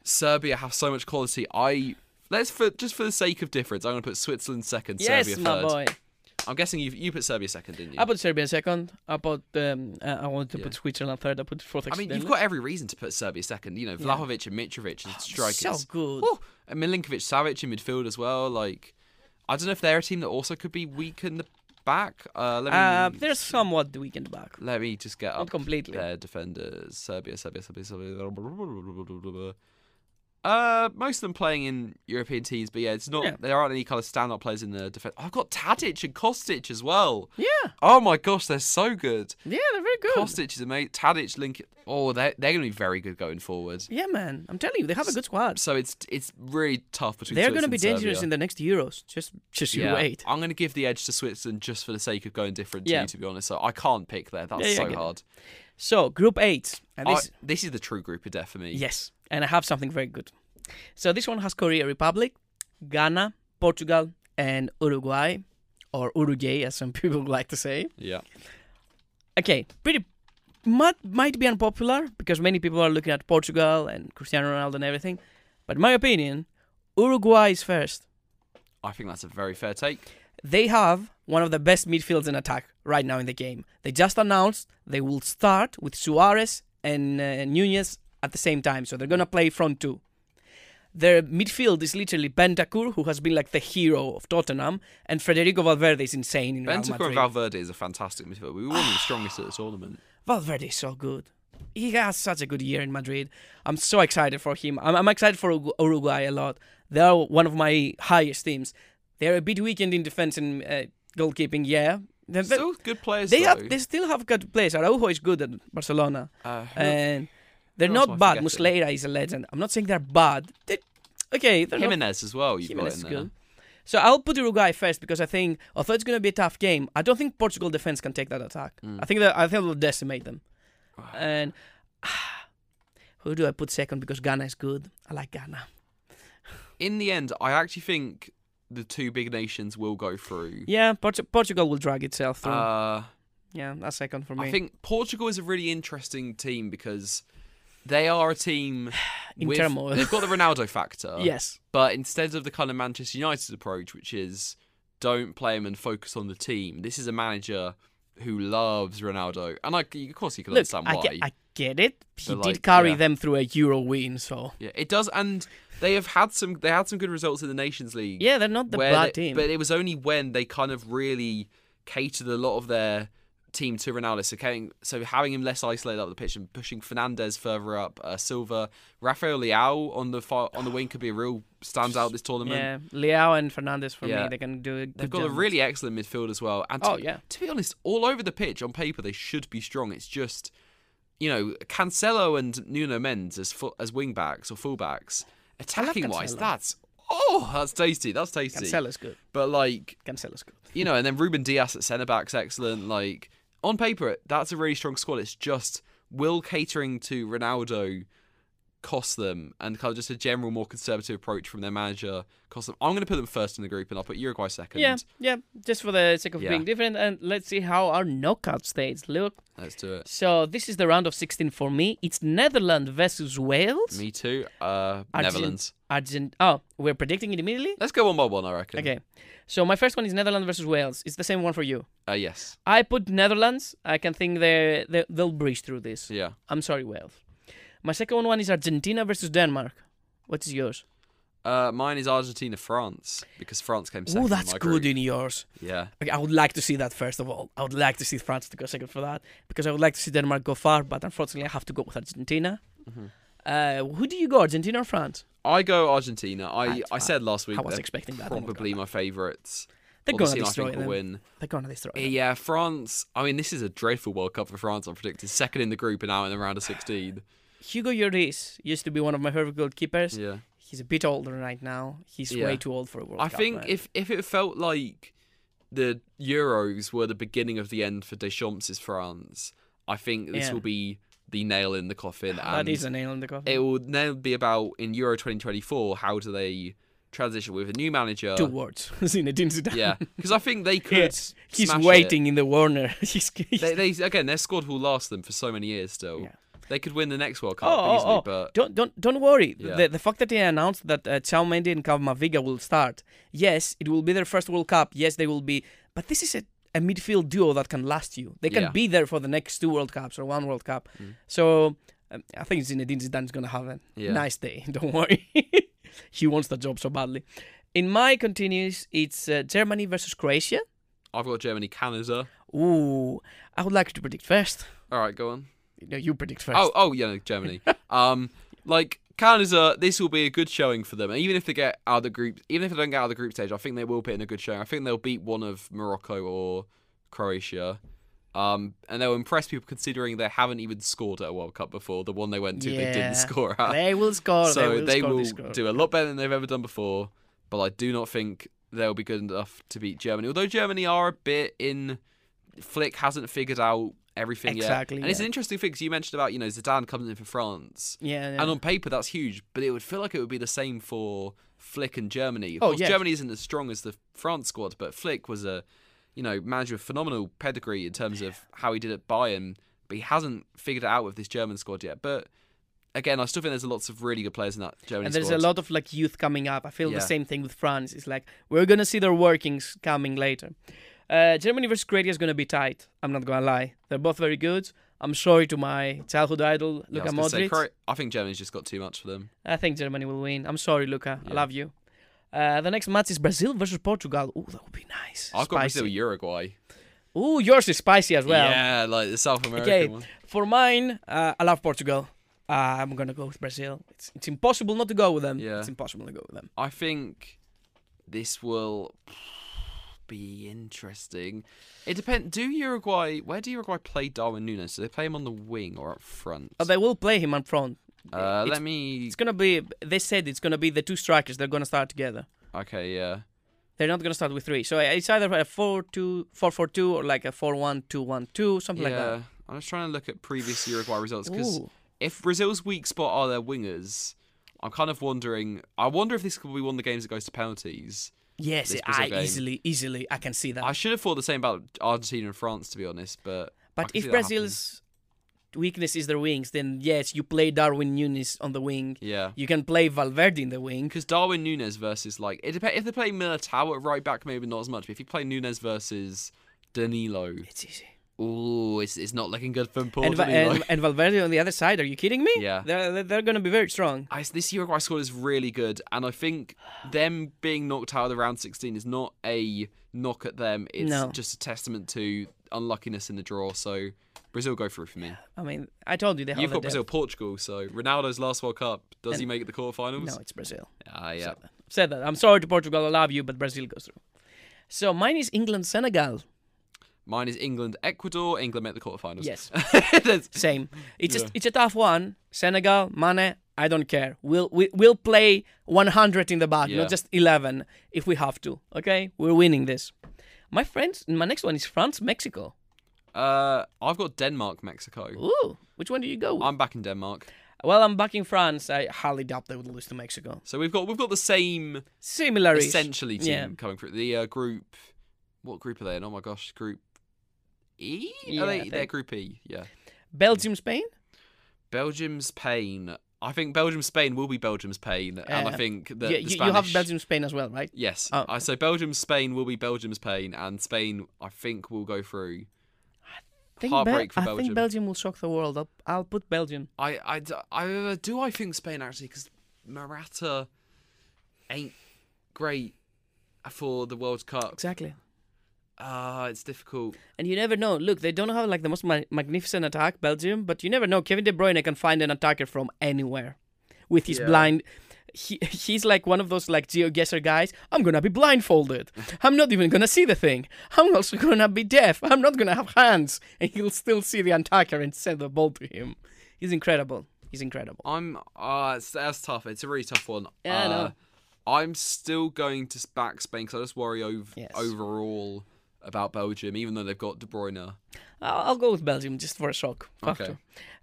S2: Serbia have so much quality, I let's for just for the sake of difference, I'm gonna put Switzerland second,
S1: yes,
S2: Serbia
S1: my
S2: third.
S1: boy. Ah,
S2: I'm guessing you you put Serbia second, didn't you?
S1: I put Serbia second. I put um, uh, I wanted to put Switzerland third. I put fourth.
S2: I mean, you've
S1: accidentally.
S2: got every reason to put Serbia second. You know, Vlahovic and Mitrovic as strikers.
S1: so good.
S2: Woo! and Milinkovic, Savic in midfield as well. Like, I don't know if they're a team that also could be weak in the back. Uh, let me
S1: Uh, they're somewhat the weekend back.
S2: let me just get
S1: Not
S2: up
S1: completely.
S2: their defenders. Serbia, Serbia, Serbia, Serbia. Uh, most of them playing in European teams, but yeah, it's not.
S1: Yeah.
S2: There aren't any kind of standout players in the defense. I've got Tadic and Kostic as well.
S1: Yeah,
S2: Oh my gosh, they're so good.
S1: yeah, they're very good.
S2: Kostic is amazing. Tadic, Link. Oh, they're they're going to be very good going forward.
S1: yeah, man, I'm telling you, they have a good squad.
S2: So it's it's really tough between.
S1: They're
S2: going to
S1: be dangerous in the next Euros. Just, just you wait.
S2: I'm going to give the edge to Switzerland just for the sake of going different to
S1: Yeah.
S2: you, to be honest. So I can't pick there. That's
S1: Yeah, yeah, I
S2: so
S1: get it.
S2: hard.
S1: So Group Eight, and
S2: I-
S1: this
S2: This, is the true group of death for me.
S1: Yes, and I have something very good. So this one has Korea Republic, Ghana, Portugal, and Uruguay, or Uruguay, as some people like to say.
S2: Yeah.
S1: Okay, pretty might might be unpopular because many people are looking at Portugal and Cristiano Ronaldo and everything, but in my opinion, Uruguay is first.
S2: I think that's a very fair take.
S1: They have one of the best midfields in attack right now in the game. They just announced they will start with Suarez and uh, Nunez at the same time, so they're gonna play front two. Their midfield is literally Bentancur, who has been like the hero of Tottenham, and Federico Valverde is insane in Real
S2: Bentancur
S1: Madrid.
S2: and Valverde is a fantastic midfielder. We were one of the strongest at the tournament.
S1: Valverde is so good. He has such a good year in Madrid. I'm so excited for him. I'm, I'm excited for Urugu- Uruguay a lot. They are one of my highest teams. They're a bit weakened in defense and uh, goalkeeping, yeah. They're- they're-
S2: Still good players.
S1: They
S2: though.
S1: have, they still have good players. Araujo is good at Barcelona,
S2: Uh, who-
S1: and they're
S2: who else
S1: not
S2: am I
S1: bad.
S2: forgetting?
S1: Muslera is a legend. I'm not saying they're bad. They, okay, they're not
S2: Jimenez as well. You've
S1: Jimenez is
S2: got in there.
S1: good. So I'll put Uruguay first because I think although it's going to be a tough game, I don't think Portugal defense can take that attack.
S2: Hmm.
S1: I think that I think they'll decimate them. And who do I put second because Ghana is good. I like Ghana.
S2: In the end, I actually think the two big nations will go through.
S1: Yeah, Portu- Portugal will drag itself through.
S2: Uh,
S1: yeah, that's second for me.
S2: I think Portugal is a really interesting team because they are a team
S1: In
S2: with,
S1: turmoil.
S2: They've got the Ronaldo factor.
S1: yes.
S2: But instead of the kind of Manchester United approach, which is don't play him and focus on the team, this is a manager who loves Ronaldo. And I, of course, you can
S1: Look,
S2: understand
S1: I
S2: why.
S1: get, I get it. He
S2: But,
S1: did
S2: like,
S1: carry
S2: yeah.
S1: them through a Euro win, so
S2: Yeah, it does. And they have had some. They had some good results in the Nations League.
S1: yeah, they're not the
S2: where
S1: bad
S2: they-
S1: team.
S2: But it was only when they kind of really catered a lot of their team to Ronaldo. So, getting, so having him less isolated up the pitch and pushing Fernandez further up, uh, Silva, Rafael Leao on the far, on the wing could be a real standout this tournament.
S1: yeah, Leao and Fernandez for me,
S2: Yeah.
S1: they can do a good
S2: They've got a
S1: job.
S2: really excellent midfield as well. And to,
S1: Oh, yeah.
S2: to be honest, all over the pitch on paper they should be strong. It's just, you know, Cancelo and Nuno Mendes as fu- as wing backs or full backs, attacking wise,
S1: Cancelo.
S2: that's oh, that's tasty. That's tasty.
S1: Cancelo's good.
S2: But like,
S1: Cancelo's good.
S2: you know, and then Ruben Diaz at centre back's excellent. Like on paper, that's a really strong squad. It's just will catering to Ronaldo cost them, and kind of just a general more conservative approach from their manager cost them. I'm going to put them first in the group, and I'll put Uruguay second.
S1: Yeah, yeah. Just for the sake of
S2: Yeah.
S1: being different, and let's see how our knockout stages look.
S2: Let's do it.
S1: So this is the round of 16 for me. It's Netherlands versus Wales.
S2: Me too. Uh,
S1: Argent-
S2: Netherlands.
S1: Argent. Oh, we're predicting it immediately.
S2: Let's go one by one. I reckon.
S1: Okay. So my first one is Netherlands versus Wales. It's the same one for you.
S2: Uh, yes.
S1: I put Netherlands. I can think they they they'll breeze through this.
S2: Yeah.
S1: I'm sorry, Wales. My second one is Argentina versus Denmark. What is yours?
S2: Uh, mine is Argentina, France, because France came second.
S1: Oh,
S2: in
S1: that's
S2: my
S1: good
S2: group.
S1: in yours.
S2: Yeah.
S1: Okay, I would like to see that first of all. I would like to see France to go second for that because I would like to see Denmark go far, but unfortunately, I have to go with Argentina. Uh, who do you go, Argentina or France?
S2: I go Argentina. I,
S1: That's
S2: I
S1: fine.
S2: said last week
S1: I was
S2: they're
S1: expecting that. They're not
S2: probably my favourites.
S1: They're
S2: Or the
S1: gonna
S2: team I
S1: destroy
S2: think will
S1: them.
S2: win.
S1: gonna- They're gonna destroy. them.
S2: Yeah, France. I mean, this is a dreadful World Cup for France. I'm predicting second in the group and out in the round of 16.
S1: Hugo Lloris used to be one of my favorite goalkeepers.
S2: Yeah.
S1: He's a bit older right now. He's
S2: Yeah.
S1: way too old for a World
S2: I
S1: Cup,
S2: think
S1: man.
S2: if if it felt like the Euros were the beginning of the end for Deschamps' France, I think this
S1: Yeah.
S2: will be the nail in the coffin.
S1: that
S2: And
S1: is a nail in the coffin.
S2: um, it will now be about in Euro 2024 how do they transition with a new manager.
S1: Two words. Zinedine Zidane.
S2: Yeah, because I think they could.
S1: Yeah. He's
S2: smash it.
S1: waiting in the corner. he's, he's-
S2: They, they again, their squad will last them for so many years still.
S1: Yeah.
S2: They could win the next World Cup
S1: Oh,
S2: easily,
S1: oh, oh.
S2: but
S1: Don't don't don't worry.
S2: Yeah.
S1: The, the fact that they announced that uh, Mendy and Cavamaviga will start, yes, it will be their first World Cup. Yes, they will be. But this is a, a midfield duo that can last you. They can
S2: Yeah. Mm.
S1: be there for the next two World Cups or one World Cup. So um, I think Zinedine Zidane's gonna have a
S2: Yeah.
S1: nice day. Don't worry. he wants the job so badly. In my continues, it's uh, Germany versus Croatia.
S2: I've got Germany, Canada.
S1: Ooh, I would like you to predict first.
S2: All right, go on.
S1: No, you predict first.
S2: Oh, oh yeah, no, Germany. um, like Canada, this will be a good showing for them. And even if they get out of the group, even if they don't get out of the group stage, I think they will put in a good showing. I think they'll beat one of Morocco or Croatia. Um, and they'll impress people considering they haven't even scored at a World Cup before. The one they went to, they
S1: Yeah.
S2: didn't score at.
S1: They will score.
S2: uh, so
S1: they will,
S2: they
S1: score
S2: will
S1: this goal.
S2: do a lot better than they've ever done before. But I do not think they'll be good enough to beat Germany. Although Germany are a bit in, Flick hasn't figured out everything
S1: Exactly,
S2: yet. And it's
S1: yeah.
S2: an interesting thing because you mentioned about you know Zidane comes in for France,
S1: Yeah, yeah.
S2: and on paper that's huge, but it would feel like it would be the same for Flick and Germany. Of
S1: Oh,
S2: course,
S1: yes.
S2: Germany isn't as strong as the France squad, but Flick was a you know manager with phenomenal pedigree in terms of how he did at Bayern, but he hasn't figured it out with this German squad yet. But again, I still think there's lots of really good players in that Germany
S1: and there's
S2: squad.
S1: a lot of like youth coming up. I feel
S2: Yeah.
S1: the same thing with France. It's like we're gonna see their workings coming later. Uh, Germany versus Croatia is gonna be tight. I'm not gonna lie. They're both very good. I'm sorry to my childhood idol
S2: Yeah, I
S1: Luka
S2: was gonna say,
S1: Modric.
S2: Cro- I think Germany's just got too much for them.
S1: I think Germany will win. I'm sorry, Luka. I
S2: Yeah.
S1: love you. Uh, the next match is Brazil versus Portugal. Ooh, that would be nice.
S2: I've got Brazil,
S1: spicy.
S2: Uruguay.
S1: Ooh, yours is spicy as well.
S2: yeah, like the South American
S1: Okay,
S2: one.
S1: for mine, uh, I love Portugal. Uh, I'm gonna go with Brazil. It's, it's impossible not to go with them.
S2: Yeah.
S1: It's impossible to go with them.
S2: I think this will be interesting. It depends. Do Uruguay? Where do Uruguay play Darwin Nunes? Do they play him on the wing or up front?
S1: But Oh, they will play him on front.
S2: uh,
S1: it's-
S2: let me.
S1: It's gonna be. They said it's gonna be the two strikers. They're gonna start together.
S2: Okay, yeah.
S1: They're not gonna start with three. So uh, it's either a four-two, four-four-two, or like a four-one-two-one-two, something like
S2: yeah.
S1: that.
S2: I'm just trying to look at previous Uruguay results because
S1: Ooh.
S2: if Brazil's weak spot are their wingers, I'm kind of wondering. I wonder if this could be one of the games that goes to penalties.
S1: Yes,
S2: this Brazil
S1: I
S2: game.
S1: easily, easily, I can see that.
S2: I should have thought the same about Argentina and France, to be honest. But I
S1: but
S2: can see
S1: if
S2: that happening.
S1: Brazil's weakness is their wings, then yes, you play Darwin Nunes on the wing.
S2: yeah,
S1: You can play Valverde in the wing.
S2: because Darwin Nunes versus like it depends if they play Militao at right back, maybe not as much. But if you play Nunes versus Danilo,
S1: It's easy.
S2: ooh, it's it's not looking good for poor
S1: And, Va-
S2: Danilo.
S1: and, and Valverde on the other side. Are you kidding me?
S2: Yeah.
S1: They're, they're- they're gonna be very strong.
S2: I, this Uruguay squad is really good, and I think them being knocked out of the round 16 is not a knock at them. It's
S1: No.
S2: just a testament to unluckiness in the draw. So Brazil go through for me.
S1: I mean, I told you they have
S2: You've
S1: the
S2: got
S1: depth.
S2: Brazil, Portugal. So Ronaldo's last World Cup, does he
S1: And-
S2: make it the quarterfinals?
S1: No, it's Brazil.
S2: Ah, yeah.
S1: said that. I'm sorry to Portugal, I love you, but Brazil goes through. So mine is England, Senegal.
S2: Mine is England, Ecuador. England make the quarterfinals.
S1: Yes,
S2: There's-
S1: same. It's
S2: Yeah.
S1: just it's a tough one. Senegal, Mane. I don't care. We'll we, we'll play 100 in the back,
S2: Yeah.
S1: not just 11 if we have to. Okay, we're winning this. My friends, my next one is France Mexico.
S2: Uh, I've got Denmark, Mexico.
S1: Ooh, which one do you go with?
S2: I'm back in Denmark.
S1: well, I'm back in France. I highly doubt they would lose to Mexico.
S2: So we've got we've got the same
S1: Similar
S2: essentially team
S1: Yeah.
S2: coming through the uh, group. What group are they in? Oh my gosh, group E.
S1: Yeah,
S2: are
S1: I
S2: they, they're
S1: think.
S2: group E. Yeah.
S1: Belgium, Spain.
S2: Belgium, Spain. I think Belgium, Spain will be Belgium, Spain, and I
S1: Uh,
S2: think that
S1: yeah,
S2: the
S1: you,
S2: Spanish.
S1: you have Belgium, Spain as well, right?
S2: Yes.
S1: Oh.
S2: I so Belgium, Spain will be Belgium, Spain, and Spain I think will go through.
S1: Think
S2: Heartbreak for
S1: I
S2: Belgium.
S1: think Belgium will shock the world. I'll, I'll put Belgium.
S2: I I d- I- uh, do I think Spain actually because Morata ain't great for the World Cup.
S1: Exactly.
S2: Ah, it's difficult.
S1: And you never know. Look, they don't have like the most ma- magnificent attack, Belgium, but you never know. Kevin De Bruyne can find an attacker from anywhere with his
S2: Yeah.
S1: blind. He, he's like one of those like geoguesser guys. I'm gonna be blindfolded. I'm not even gonna see the thing. I'm also gonna be deaf. I'm not gonna have hands, and he'll still see the attacker and send the ball to him. He's incredible. He's incredible.
S2: I'm uh it's, that's tough. It's a really tough one.
S1: Yeah, I
S2: uh,
S1: know.
S2: I'm still going to s- back Spain because I just worry over
S1: Yes.
S2: overall about Belgium, even though they've got De Bruyne.
S1: I'll, I'll go with Belgium just for a shock
S2: Okay.
S1: factor.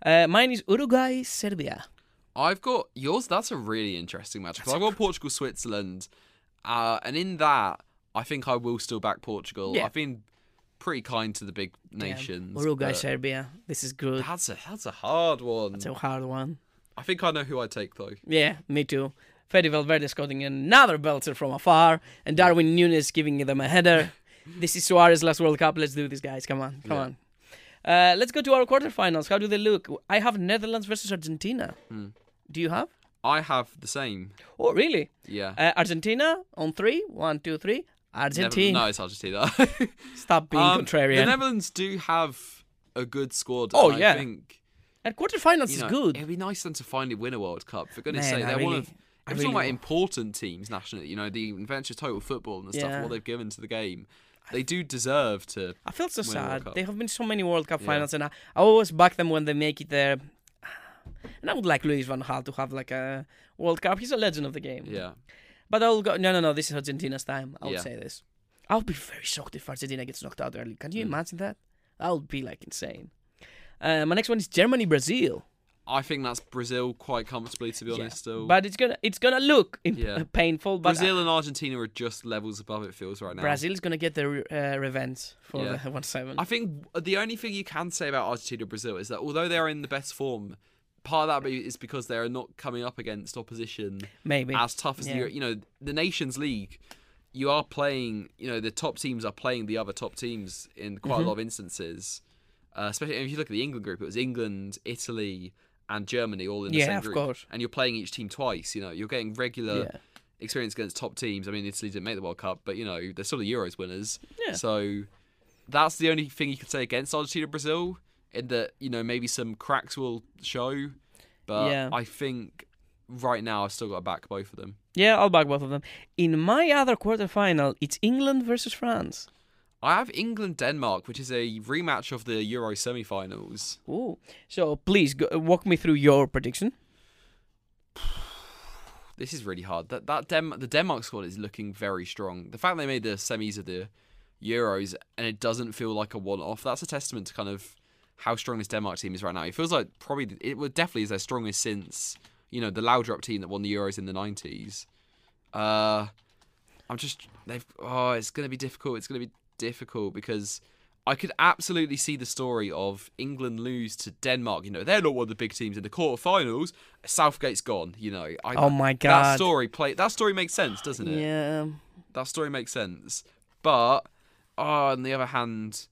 S1: Uh, mine is Uruguay, Serbia.
S2: I've got yours. That's a really interesting match because I've got Portugal, Switzerland, uh, and in that I think I will still back Portugal.
S1: Yeah.
S2: I've been pretty kind to the big nations.
S1: Uruguay,
S2: but
S1: Serbia. This is good.
S2: That's a that's a hard one.
S1: It's a hard one.
S2: I think I know who I take though.
S1: Yeah, me too. Fede Valverde scoring another belter from afar, and Darwin Nunes giving them a header. this is Suarez' last World Cup. Let's do this, guys. Come on, come
S2: Yeah.
S1: on. Uh, let's go to our quarterfinals. How do they look? I have Netherlands versus Argentina.
S2: Hmm.
S1: Do you have?
S2: I have the same.
S1: Oh, really?
S2: Yeah.
S1: Uh, Argentina on three. One, two, three.
S2: Never-
S1: Argentina.
S2: No, it's Argentina.
S1: Stop being
S2: Um, The
S1: contrarian.
S2: Netherlands do have a good squad.
S1: Oh,
S2: and
S1: yeah.
S2: I think,
S1: and quarterfinals
S2: you
S1: is
S2: know,
S1: good.
S2: It'd be nice then to finally win a World Cup. For goodness'
S1: Man,
S2: sake,
S1: I
S2: they're one
S1: really-
S2: of.
S1: I
S2: If we're
S1: really
S2: talking about
S1: want-
S2: important teams nationally, you know the adventure total football and the stuff,
S1: Yeah.
S2: what they've given to the game, they do deserve to.
S1: I feel so
S2: win a World
S1: sad.
S2: Cup.
S1: There have been so many World Cup finals, and I, I always back them when they make it there. And I would like Luis Van Gaal to have like a World Cup. He's a legend of the game.
S2: Yeah,
S1: But I'll go. No, no, no. This is Argentina's time. I would
S2: Yeah.
S1: say this. I'll be very shocked if Argentina gets knocked out early. Can you
S2: Hmm.
S1: imagine that? I would be like insane. Uh, my next one is Germany Brazil.
S2: I think that's Brazil quite comfortably, to be
S1: Yeah.
S2: honest. Still,
S1: But it's gonna it's gonna look imp-
S2: Yeah.
S1: painful. But uh,
S2: Brazil and Argentina are just levels above. It feels right now.
S1: Brazil is gonna get their uh, revenge for
S2: Yeah.
S1: the one seven.
S2: I think the only thing you can say about Argentina and Brazil is that although they are in the best form, part of that be- is because they are not coming up against opposition
S1: Maybe.
S2: as tough as the
S1: Yeah.
S2: the you know the Nations League. You are playing, you know, the top teams are playing the other top teams in quite
S1: Mm-hmm.
S2: a lot of instances. Uh, especially if you look at the England group, it was England, Italy, and Germany all in the
S1: Yeah,
S2: same
S1: of
S2: group,
S1: course.
S2: and you're playing each team twice. You know, you're getting regular
S1: Yeah.
S2: experience against top teams. I mean, Italy didn't make the World Cup, but you know they're still the Euros winners.
S1: Yeah.
S2: So that's the only thing you could say against Argentina, Brazil, in that you know maybe some cracks will show, but
S1: Yeah.
S2: I think right now I've still got to back both of them.
S1: Yeah, I'll back both of them. In my other quarterfinal, it's England versus France.
S2: I have England Denmark, which is a rematch of the Euro semi-finals.
S1: Ooh. So please go, walk me through your prediction.
S2: This is really hard. That that Dem- the Denmark squad is looking very strong. The fact they made the semis of the Euros and it doesn't feel like a one-off. That's a testament to kind of how strong this Denmark team is right now. It feels like probably it would definitely is their strongest since you know the Laudrup team that won the Euros in the nineties. Uh, I'm just they've oh it's gonna be difficult. It's gonna be difficult because I could absolutely see the story of England lose to Denmark. You know they're not one of the big teams in the quarterfinals. Southgate's gone. You know I,
S1: Oh my
S2: that
S1: God.
S2: story play that story makes sense, doesn't it?
S1: Yeah.
S2: That story makes sense. But oh, on the other hand,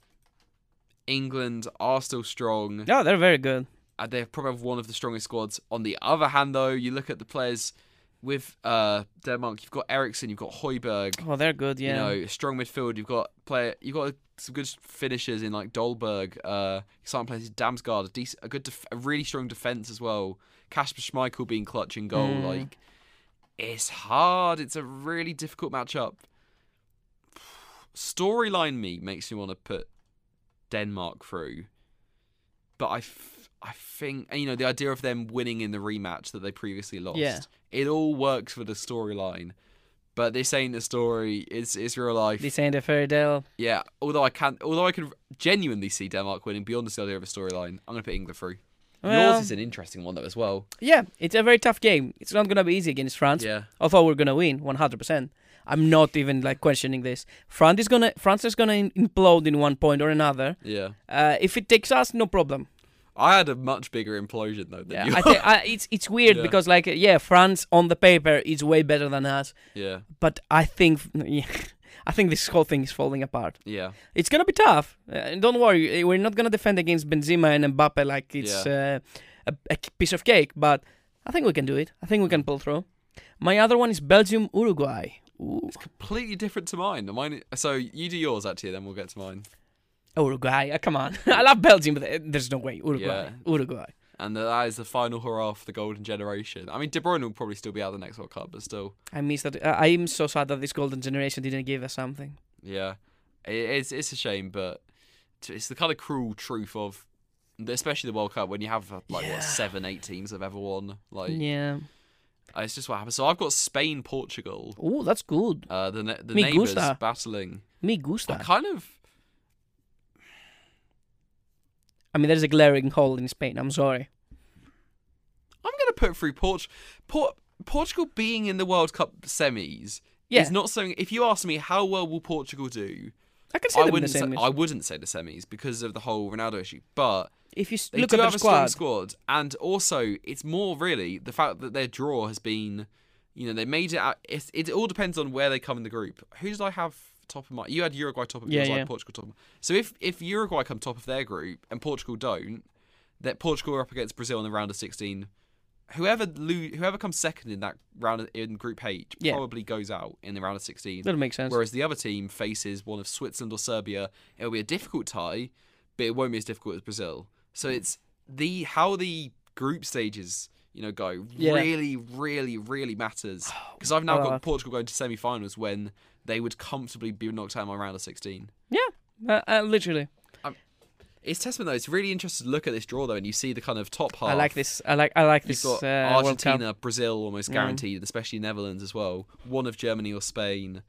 S2: England are still strong.
S1: Oh, they're very good.
S2: Uh, They probably have one of the strongest squads. On the other hand, though, you look at the players with uh, Denmark. You've got Eriksson, you've got Hoiberg.
S1: Oh, they're good.
S2: You
S1: Yeah.
S2: know, strong midfield. You've got player. You've got some good finishers in like Dolberg. Uh, some players Damsgaard. A decent, a good, def- a really strong defense as well. Kasper Schmeichel being clutch in goal.
S1: Mm.
S2: Like, it's hard. It's a really difficult matchup. Storyline me makes me want to put Denmark through, but I, f- I think and, you know the idea of them winning in the rematch that they previously lost.
S1: Yeah.
S2: It all works for the storyline, but this ain't the story. It's it's real life.
S1: This ain't a fairy tale.
S2: yeah. Although I can, although I can genuinely see Denmark winning beyond the idea of a storyline. I'm gonna put England through.
S1: Well-
S2: Yours is an interesting one though as well.
S1: Yeah, it's a very tough game. It's not gonna be easy against France.
S2: Yeah.
S1: Although we're gonna win 100. percent I'm not even like questioning this. France is gonna France is gonna implode in one point or another.
S2: Yeah.
S1: Uh, if it takes us, no problem.
S2: I had a much bigger implosion though than
S1: Yeah,
S2: you.
S1: I think I, it's it's weird
S2: Yeah.
S1: because like yeah, France on the paper is way better than us,
S2: yeah.
S1: but I think I think this whole thing is falling apart.
S2: Yeah.
S1: It's gonna be tough. Uh, and don't worry, uh, we're not gonna defend against Benzema and Mbappe like it's uh, a, a piece of cake. But I think we can do it. I think we can pull through. My other one is Belgium Uruguay. Ooh.
S2: Completely different to mine. Mine. So you do yours actually, then we'll get to mine.
S1: Uruguay, uh, come on! I love Belgium, but uh, there's no way Uruguay. Uruguay.
S2: And that is the final hurrah for the golden generation. I mean, De Bruyne will probably still be out of the next World Cup, but still,
S1: I miss that. I am so sad that this golden generation didn't give us something.
S2: yeah, it, it's it's a shame, but t- it's the kind of cruel truth of, especially the World Cup when you have uh, like
S1: Yeah.
S2: what seven, eight teams that have ever won. Like
S1: Yeah.
S2: uh, it's just what happens. So I've got Spain, Portugal,
S1: Oh, that's good.
S2: uh, the ne- the
S1: Me
S2: neighbours
S1: gusta.
S2: battling.
S1: Me
S2: I
S1: gusta.
S2: kind of
S1: I mean, there's a glaring hole in Spain. I'm sorry.
S2: I'm gonna put through Port- Port- Portugal being in the World Cup semis.
S1: Yeah.
S2: Is not something. If you ask me, how well will Portugal do?
S1: I can see
S2: I
S1: them in the
S2: wouldn't.
S1: same.
S2: Say, I wouldn't say the semis because of the whole Ronaldo issue. But
S1: if you s-
S2: they
S1: look
S2: do
S1: at
S2: have
S1: the
S2: a
S1: squad,
S2: strong squad, and also it's more really the fact that their draw has been, you know, they made it. Out, it's, it all depends on where they come in the group. Who did I have top of my? You had Uruguay top of
S1: Yeah,
S2: yours, I
S1: yeah.
S2: had Portugal top. Of, so if if Uruguay come top of their group and Portugal don't, that Portugal are up against Brazil in the round of sixteen. Whoever lo- whoever comes second in that round of- in Group H
S1: Yeah.
S2: probably goes out in the round of sixteen.
S1: that makes sense.
S2: Whereas the other team faces one of Switzerland or Serbia, it'll be a difficult tie, but it won't be as difficult as Brazil. So
S1: Mm.
S2: it's the how the group stages, you know, go
S1: Yeah.
S2: really, really, really matters. Because I've now
S1: Uh,
S2: got Portugal going to semi-finals when they would comfortably be knocked out in my round of sixteen.
S1: Yeah, uh, uh, literally.
S2: It's testament though. It's really interesting to look at this draw though, and you see the kind of top half.
S1: I like this. I like. I like
S2: You've
S1: this.
S2: got
S1: uh, World Cup. Mm.
S2: Argentina, Brazil almost guaranteed, and especially Netherlands as well. One of Germany or Spain,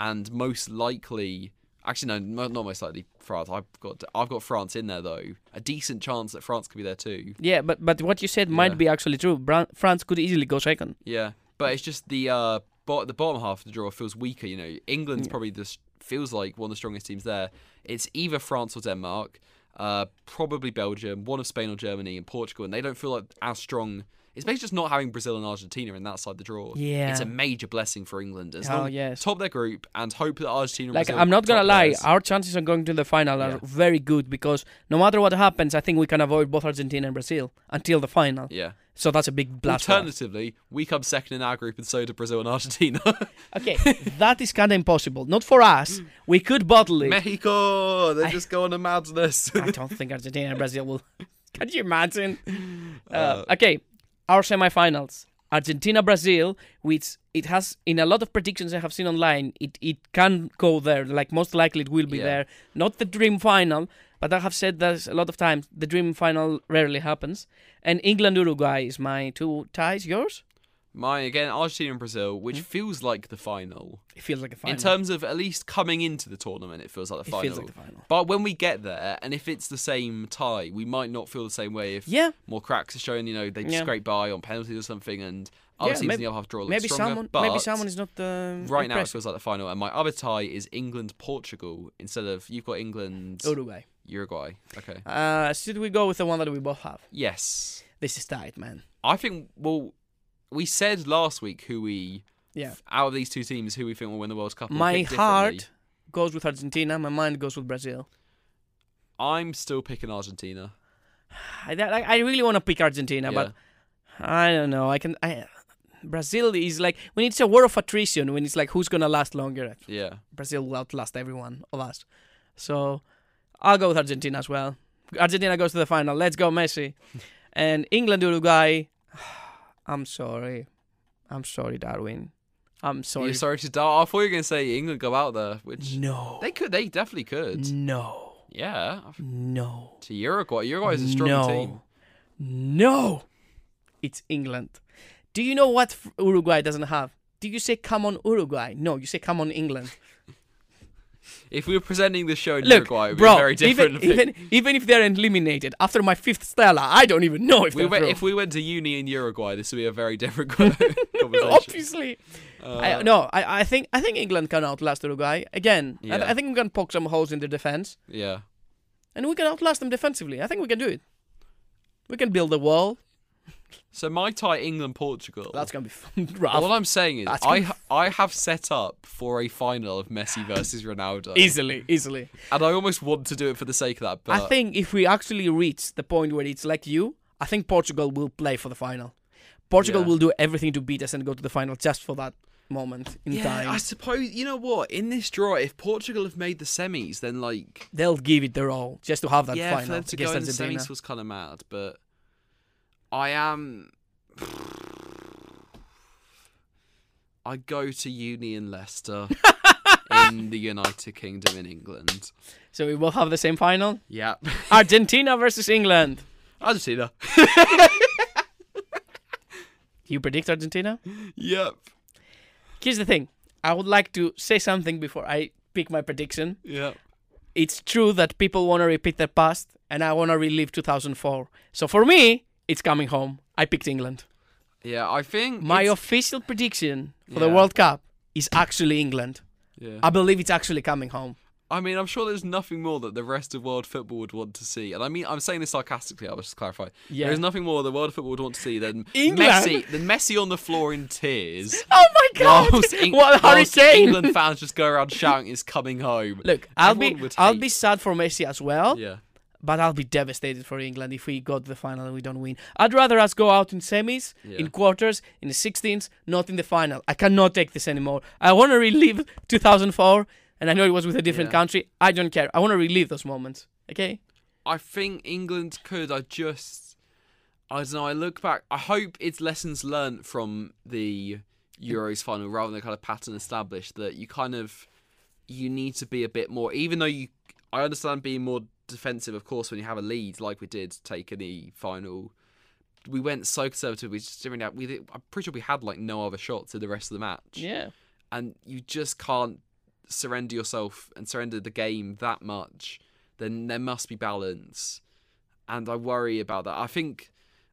S2: and most likely, actually no, mo- not most likely France. I've got I've got France in there though. A decent chance that France could be there too.
S1: Yeah, but but what you said
S2: Yeah.
S1: might be actually true. Bran- France could easily go second.
S2: Yeah, but it's just the uh, bo- the bottom half of the draw feels weaker. You know, England's probably the s- feels like one of the strongest teams there. It's either France or Denmark, uh, probably Belgium, one of Spain or Germany, and Portugal, and they don't feel like as strong. It's basically just not having Brazil and Argentina in that side of the draw.
S1: Yeah.
S2: it's a major blessing for England. As
S1: Oh,
S2: long
S1: yes.
S2: top their group and hope that Argentina. and
S1: Like
S2: Brazil
S1: I'm not
S2: top
S1: gonna lie,
S2: theirs.
S1: our chances of going to the final are
S2: Yeah.
S1: very good because no matter what happens, I think we can avoid both Argentina and Brazil until the final.
S2: yeah.
S1: So that's a big blast. for us.
S2: Alternatively, we come second in our group, and so do Brazil and Argentina.
S1: Okay, that is kind of impossible. Not for us. We could bottle it.
S2: Mexico, they're just going to madness.
S1: I don't think Argentina and Brazil will. Can you imagine? Uh, okay, our semifinals: Argentina, Brazil. Which it has in a lot of predictions I have seen online. It it can go there. Like most likely, it will be
S2: Yeah.
S1: there. Not the dream final, but I have said this a lot of times. The dream final rarely happens. And England, Uruguay is my two ties. Yours?
S2: My again, Argentina and Brazil,
S1: Hmm?
S2: which feels like the final.
S1: It feels like a final.
S2: in terms of at least coming into the tournament. It feels like the
S1: it
S2: final.
S1: feels like the final.
S2: But when we get there, and if it's the same tie, we might not feel the same way. If
S1: Yeah.
S2: more cracks are shown, you know, they
S1: Yeah.
S2: scrape by on penalties or something, and other
S1: Yeah,
S2: teams in
S1: maybe-
S2: the other half draw a lot
S1: Maybe
S2: stronger.
S1: someone.
S2: but
S1: Maybe someone is not the
S2: right now, it
S1: impressed.
S2: feels like the final. And my other tie is England Portugal instead of you've got England
S1: Uruguay.
S2: Uruguay. Okay.
S1: Uh, should we go with the one that we both have?
S2: Yes,
S1: This is tight, man.
S2: I think. Well, we said last week who we
S1: Yeah.
S2: out of these two teams who we think will win the World Cup. We'll
S1: My
S2: pick differently.
S1: heart goes with Argentina. My mind goes with Brazil.
S2: I'm still picking Argentina.
S1: I, that, I, I really want to pick Argentina, but I don't know. I can. I, Brazil is like when it's a war of attrition. When it's like who's gonna last longer,
S2: yeah, yeah.
S1: Brazil will outlast everyone of us. So I'll go with Argentina as well. Argentina goes to the final. Let's go, Messi. and England, Uruguay. I'm sorry. I'm sorry, Darwin. I'm sorry.
S2: You're sorry to die. I thought you were gonna say England go out there, which
S1: No.
S2: they could. They definitely could.
S1: No.
S2: Yeah,
S1: No.
S2: to Uruguay. Uruguay is a strong
S1: no.
S2: team.
S1: No, it's England. Do you know what f- Uruguay doesn't have? Do you say come on Uruguay? No, you say come on England.
S2: If we were presenting the show in
S1: Look,
S2: Uruguay, it would
S1: bro,
S2: be a very different.
S1: even,
S2: thing.
S1: even even if they're eliminated after my fifth Stella, I don't even know if
S2: we
S1: they're
S2: went,
S1: through.
S2: if we went to uni in Uruguay, this would be a very different co- conversation. Uh,
S1: Obviously, I, no. I, I think I think England can outlast Uruguay again. I,
S2: Yeah.
S1: I think we can poke some holes in their defense,
S2: Yeah.
S1: and we can outlast them defensively. I think we can do it. We can build a wall.
S2: So my tie England Portugal.
S1: That's gonna be fun, rough.
S2: all I'm saying is
S1: That's
S2: I
S1: gonna-
S2: I have set up for a final of Messi versus Ronaldo,
S1: easily, easily.
S2: and I almost want to do it for the sake of that. But
S1: I think if we actually reach the point where it's like you, I think Portugal will play for the final. Portugal
S2: Yeah.
S1: will do everything to beat us and go to the final just for that moment in
S2: yeah,
S1: time.
S2: I suppose you know what in this draw, if Portugal have made the semis, then like
S1: They'll give it their all just to have that
S2: yeah, for
S1: final
S2: them to
S1: against
S2: go in the
S1: Argentina.
S2: semis was kind of mad. But I am. I go to uni in Leicester, in the United Kingdom, in England.
S1: So we will have the same final.
S2: Yeah,
S1: Argentina versus England.
S2: Argentina.
S1: You predict Argentina?
S2: Yep.
S1: Here's the thing. I would like to say something before I pick my prediction.
S2: Yep.
S1: It's true that people want to repeat their past, and I want to relive 2004. So for me, it's coming home. I picked England.
S2: Yeah, I think
S1: My
S2: it's-
S1: official prediction for the
S2: Yeah.
S1: World Cup is actually England.
S2: yeah.
S1: I believe it's actually coming home.
S2: I mean, I'm sure there's nothing more that the rest of world football would want to see. And I mean, I'm saying this sarcastically, I will just clarify.
S1: Yeah.
S2: There's nothing more the world of football would want to see than
S1: England?
S2: Messi, than Messi on the floor in tears.
S1: Oh my God!
S2: whilst Eng-
S1: what a
S2: whilst
S1: hurricane!
S2: England fans just go around shouting it's coming home.
S1: Look, I'll
S2: Everyone
S1: be
S2: would
S1: I'll
S2: hate-
S1: be sad for Messi as well,
S2: Yeah.
S1: but I'll be devastated for England if we go to the final and we don't win. I'd rather us go out in semis,
S2: Yeah.
S1: in quarters, in the 16s, not in the final. I cannot take this anymore. I want to relive 2004, and I know it was with a different
S2: Yeah.
S1: country. I don't care. I want to relive those moments. Okay?
S2: I think England could. I just I don't know, I look back I hope it's lessons learnt from the Euros final rather than the kind of pattern established that you kind of you need to be a bit more even though you I understand being more defensive of course when you have a lead like we did take in the final we went so conservative we just didn't really have, we did- I'm pretty sure we had like no other shots in the rest of the match
S1: Yeah.
S2: and you just can't surrender yourself and surrender the game that much, then there must be balance. And I worry about that. I think,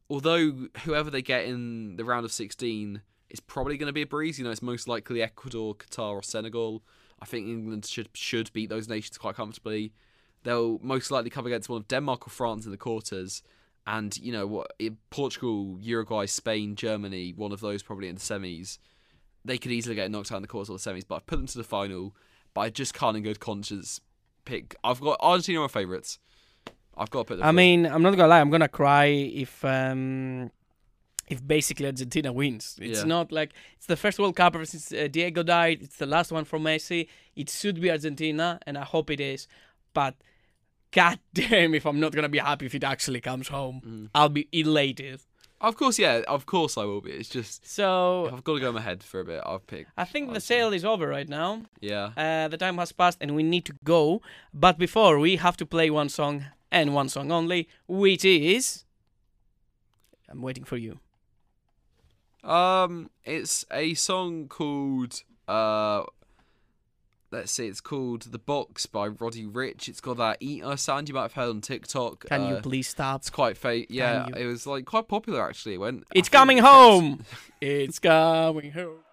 S2: although whoever they get in the round of 16 is probably going to be a breeze, you know, it's most likely Ecuador, Qatar, or Senegal. I think England should should beat those nations quite comfortably. They'll most likely come against one of Denmark or France in the quarters, and you know what? in Portugal, Uruguay, Spain, Germany, one of those probably in the semis they could easily get knocked out in the quarters or the semis, but I've put them to the final. But I just can't, in good conscience, pick. I've got Argentina are my favourites. I've got to put them.
S1: I
S2: through.
S1: mean, I'm not gonna lie. I'm gonna cry if um, if basically Argentina wins. It's
S2: Yeah.
S1: not like it's the first World Cup ever since uh, Diego died. It's the last one for Messi. It should be Argentina, and I hope it is. But god damn, if I'm not gonna be happy if it actually comes home, I'll be elated.
S2: of course, yeah, of course I will be. It's just
S1: So
S2: I've got to go in my head for a bit. I've picked.
S1: I think the sale is over right now.
S2: Yeah,
S1: Uh, the time has passed, and we need to go. But before we have to play one song and one song only, which is. I'm waiting for you.
S2: um, it's a song called uh, let's see, it's called "The Box" by Roddy Rich. It's got that "Eater" sound you might have heard on TikTok.
S1: Can you
S2: Uh,
S1: please stop?
S2: It's quite fa- Yeah,
S1: you-
S2: it was like quite popular actually. When
S1: It's coming home. it's coming home.